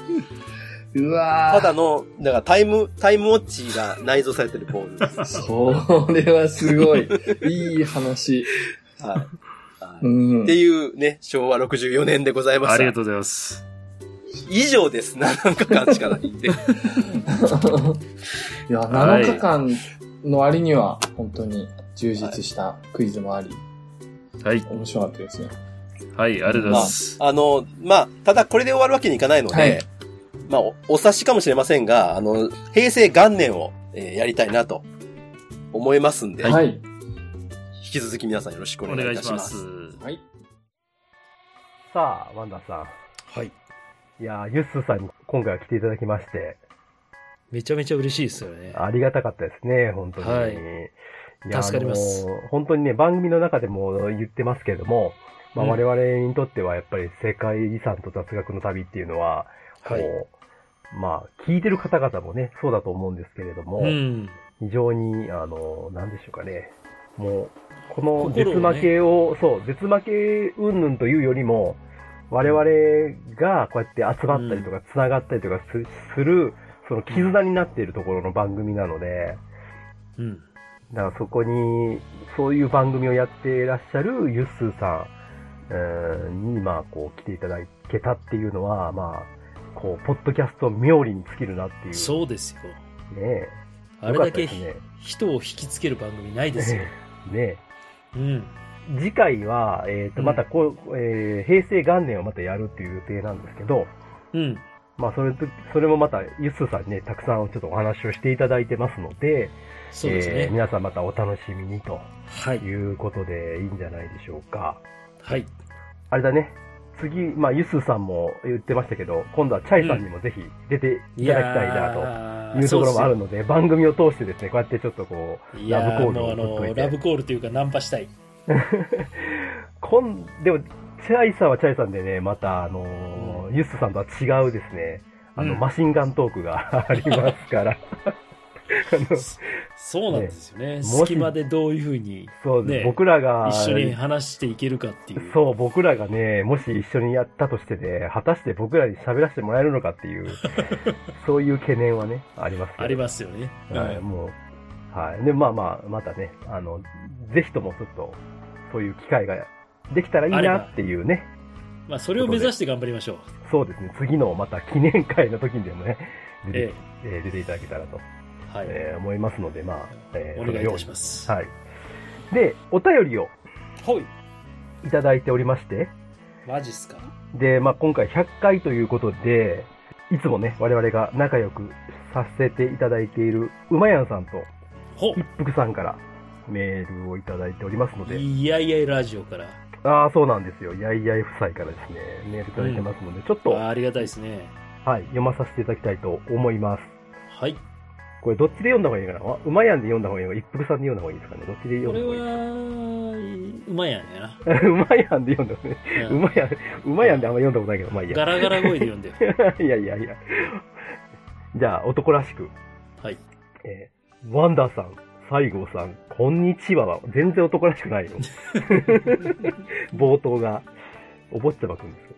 うわ
た
ー
だの、だからタイム、タイムウォッチが内蔵されてるボール
<laughs>
です。
それはすごい。いい話。
はい。は
う
い
ん。
っていうね、昭和64年でございました。
ありがとうございます。
以上です。7日間しかないんで。
<laughs> いや、
はい
7日間の割には、本当に充実したクイズもあり、
はい。
面白かったですね。
はい、ありがとうございます。
あの、まあ、ただこれで終わるわけにいかないので、
はい
まあ、おお察しかもしれませんが、あの、平成元年を、えーやりたいなと思いますんで、
はい。
引き続き皆さんよろしくお
お
願
願
いい
い
た
し
しま。
ますす。
はい。
さあ、ワンダーさん。
はい。
いやー、ユッスーさんに今回は来ていただきまして、
めちゃめちゃ嬉しいですよね。
ありがたかったですね、本当に。
はい
いや
助かります。
あのー本当にね、番組の中でも言ってますけれども、まあ、
うん
我々にとってはやっぱり世界遺産と雑学の旅っていうのは、
はい
こう、まあ、聞いてる方々もね、そうだと思うんですけれども、
うん。
非常に、あの、なんでしょうかね。もう、この絶
心をね
負けを、そう、絶負け云々というよりも、我々がこうやって集まったりとか、繋がったりとかすする、その絆になっているところの番組なので、
うん。
だからそこに、そういう番組をやっていらっしゃるユッスーさんうんに、まあ、こう、来ていただけたっていうのは、まあ、こう、ポッドキャスト妙利に尽きるなっていう。
そうですよ。
う。ね
あれだけ
よかったですね
人を引きつける番組ないですよ。
え。ねえ。
うん。
次回は、えー、と
うん
またこう、えー平成元年をまたやるっていう予定なんですけど、
うん。
まあ、それとそれもまたユッスーさんにねたくさんちょっとお話をしていただいてますので
そうです
えー
ね。
皆さんまたお楽しみにと
はい。
いうことでいいんじゃないでしょうか
はい。
あれだね次、まあ、ユッスーさんも言ってましたけど今度はチャイさんにもぜひ出ていただきたいなと。
と
いうところもあるので、番組を通してですね、こうやってちょっとこう、
いや
ラブコール
もう
を
あ
ぶっと
の
いて
ラブコールというかナンパ
<laughs>
したい
こん、でも、チャイさんはチャイさんでね、また、あのーユッスさんとは違うですね、あの、
うん <laughs>
<laughs> マシンガントークがありますから。あの、
そうなんですよね。
もし
隙間でどういうふうに
そうです、
ね
僕らが、
一緒に話していけるかっていう。
そう、僕らがね、もし一緒にやったとしてね、果たして僕らに喋らせてもらえるのかっ
<laughs>
ていう、そういう懸念はね、ありますけど
ありますよね。
は
う
い、
ん
もう、はい。で、まあまあ、またね、あの、ぜひともちょっと、そういう機会ができたらいい
あれば
なっていうね、
まあ、それを目指して頑張りましょう。
そうですね、次のまた記念会の時にでもね、出て
え
えー出ていただけたらと、
え。はい。
えー思いますので、まあ、えー
お願いいたします。
そのようにはい。で、お便りを
ほい。
いただいておりまして、
マジっすか。
で、まあ、今回100回ということで、いつもね、我々が仲良くさせていただいている、うまやんさんと
ほ
一服さんからメールをいただいておりますので、
いやいやいラジオから。
ああ、そうなんですよ。やいやい夫妻からですね、メールいただいてますので、ちょっと、
あーありがたいですね。
はい、読まさせていただきたいと思います。
はい。
これ、どっちで読んだ方がいいかなあ馬やんで読んだ方がいいのか一服さんで読んだ方がいいですかねどっちで
こ
読
れ
んだ方がいい
は、うまいやんや
<laughs>
な。
馬やんで読んだ方がいい。
うん
馬やん、馬やんであんま読んだことないけど、まあいい
ガ
や。
ラガラ声で読んでよ。 <laughs>
いやいやいや。じゃあ、男らしく。
はい。
えーワンダーさん、西郷さん、こんにちはは、全然男らしくないよ。冒頭が、お坊ちゃまくんですよ。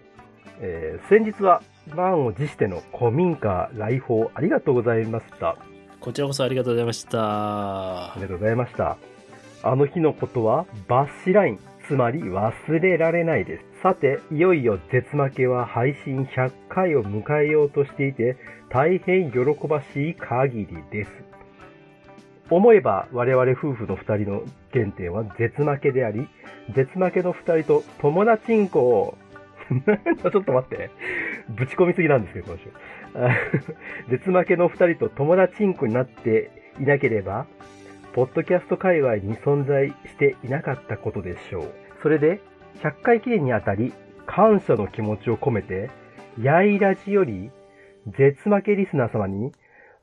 えー先日は、満を持しての古民家来訪ありがとうございました。
こちらこそありがとうございました
あり。がとうございました。あの日のことはバッシュライン、つまり忘れられないです。さて、いよいよ絶負けは配信100回を迎えようとしていて、大変喜ばしい限りです。思えば我々夫婦の2人の原点は絶負けであり、絶負けの2人と友達んこを、 <laughs> ちょっと待って。ぶち込みすぎなんですけど、今週。 <laughs> あ絶負けの2人と友達んこになっていなければ、ポッドキャスト界隈に存在していなかったことでしょう。それで、100回記念にあたり、感謝の気持ちを込めて、やいラジより、絶負けリスナー様に、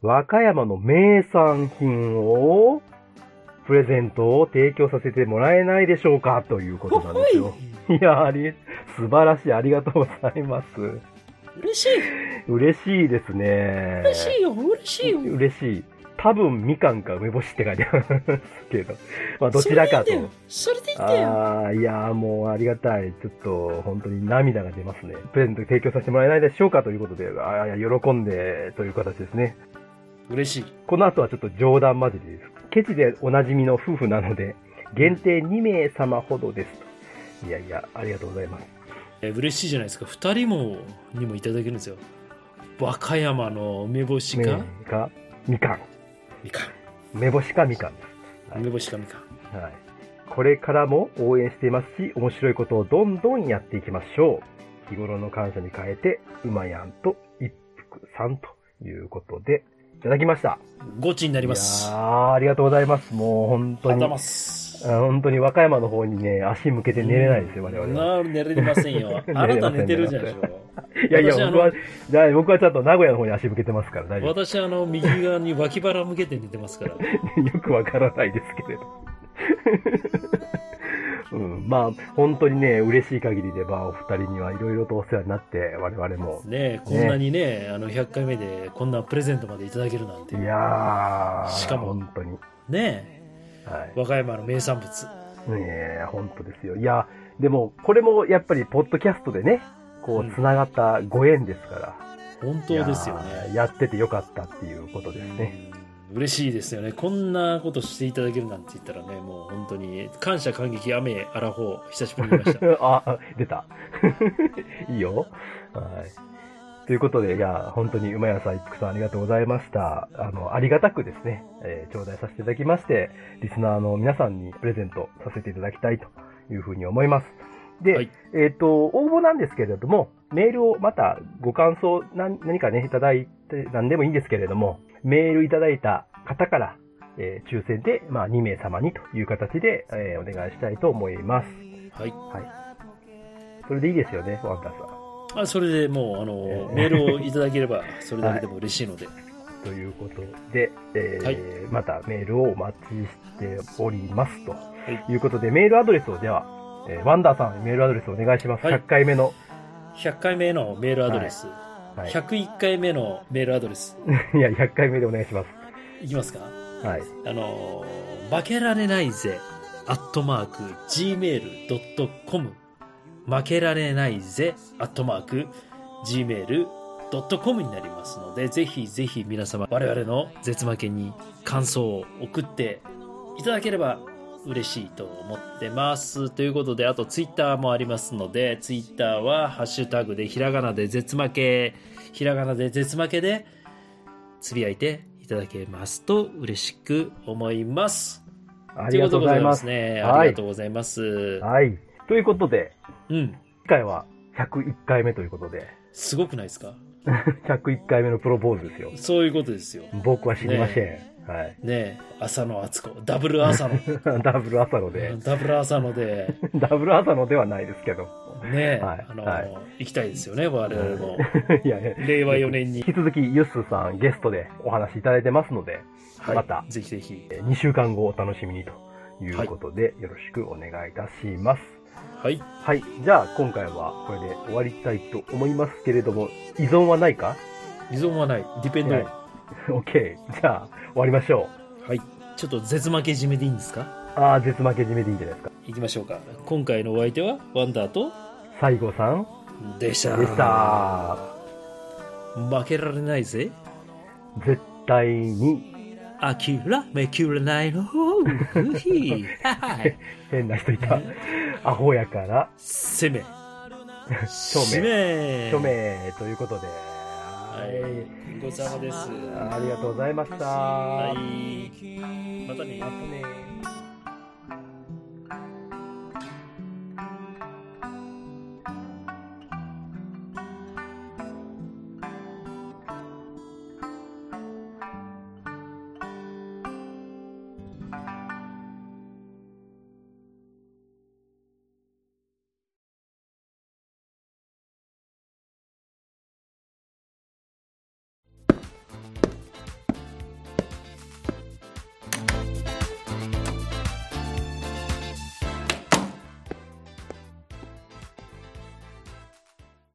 和歌山の名産品を、プレゼントを提供させてもらえないでしょうかということなんですよ。いや、あり、素晴らしい。ありがとうございます。
嬉しい
嬉しいですね。
嬉しいよ嬉しいよ
嬉しい。多分、みかんか梅干しって書いてあるんですけど。まあ、どちらかと。
それでいいんだよ
ああ、いやーもうありがたい。ちょっと、本当に涙が出ますね。プレゼント提供させてもらえないでしょうかということで、ああ、いや喜んで、という形ですね。
嬉しい
この後はちょっと冗談交じりです。ケチでおなじみの夫婦なので、限定2名様ほどですと。いやいや、ありがとうございます。
え嬉しいじゃないですか2人もにもいただけるんですよ和歌山の梅干しか、
ねえか、みかん。
みかん
梅干しかみかんです。はい
梅干しかみかん
はい。これからも応援していますし、面白いことをどんどんやっていきましょう。日頃の感謝に変えて、うまやんと一服さんということで、いただきました。
ゴチにな
あ
ります
い
あ
やーありがとうございます。もう本当
りがとう
に。
ございま
あ
す
本当に和歌山の方にね、足向けて寝れないですよ、我々
な
は。
寝れませんよ
<laughs> 寝れま
あ
せん
なた寝てるじゃんでしょ
いやいや、
私あの
僕は、じゃあ僕はちゃんと名古屋の方に足向けてますから、大丈夫。
私あの右側に脇腹向けて寝てますから
<laughs> よくわからないですけれど。 <laughs> うん、まあ、本当にね、嬉しい限りで、まあ、お二人にはいろいろとお世話になって、我々も。
ねえこんなにねあの100回目でこんなプレゼントまでいただけるなん
い
て
やー、
しかも
本当に。
ね
は
え和歌山の名産物
い。ねえ、本当ですよ。いや、でも、これもやっぱり、ポッドキャストでね、こ
うん
う、つながったご縁ですから。
本当ですよね
いやーやっててよかったっていうことですね。
うん嬉しいですよねこんなことしていただけるなんて言ったらねもう本当に感謝感激雨あらほう久しぶりに見ました
<laughs> あ、あ出た。いいよ。はい。ということで、いや、本当に馬屋さん、一服さんありがとうございました。あの、ありがたくですね、えー頂戴させていただきまして、リスナーの皆さんにプレゼントさせていただきたいというふうに思います。で、
はい
えっ、と、応募なんですけれども、メールをまたご感想何、何かね、いただいて、何でもいいんですけれども、メールいただいた方から、えー抽選で、まあ、2名様にという形で、えーお願いしたいと思います。
はい
それでいいですよね、ワンダーさん。
あそれでもうあの、
えー
メールをいただければそれだけでも嬉しいの
<laughs>
で、
ということで、えー
はい
またメールをお待ちしておりますと
い
いうことで、メールアドレスをでは、えーワンダーさんにメールアドレスをお願いします。
はい
100回目の。
100回目のメールアドレス、
はい、 <laughs>
101回目のメールアドレス
いや、100回目でお願いします。
いきますか
はい。
あのー負けられないぜ、アットマーク、gmail.com。負けられないぜ、アットマーク、gmail.com になりますので、ぜひぜひ皆様、我々の絶負けに感想を送っていただければ嬉しいと思ってます。ということで、あとツイッターもありますので、ツイッターはハッシュタグでひらがなで絶負け、ひらがなで絶負けで、つぶやいていただけますと嬉しく思います。
ありがとうございます。
ということでございますね。
はい
ありがとうございます。
はい。ということで、
うん。
次回は101回目ということで、 <laughs>
すごくないですか
101回目のプロポーズですよ。
そういうことですよ。
僕は知りません。はい。
ね
<laughs>
え、浅野敦子。ダブル浅野。
ダブル朝ので、
ダブル浅野で、
<laughs> ダブル朝のではないですけど。 <laughs>
ねえ、
はい
あの、
はい
行きたいですよね、我々も。
いやいや、
令和4年に
引。き続きユッスーさんゲストでお話しいただいてますので、
はい
また
ぜひぜひ。
2週間後お楽しみにということで、よろしくお願いいたします。
はい。
はい。じゃあ、今回はこれで終わりたいと思いますけれども、依存はないか
依存はない。ディペンドオン。
<laughs> ?OK。じゃあ、終わりましょ
はい。ちょっと絶負け締めでいいんですか
う。ああ、絶負け締めでいいんじゃないですか。
行きましょうか。今回のお相手は、ワンダーと、
西郷さん
でし
で
た。
した。
負けられないぜ。
絶対に
諦めきれないの。ふひはい
変な人いた。アホやから、
攻 <laughs> め。
署
締
名。
め。
署。名ということで、はい。
はい。ごちそうさまです。
ありがとうございました。
はい。またね
ま。たね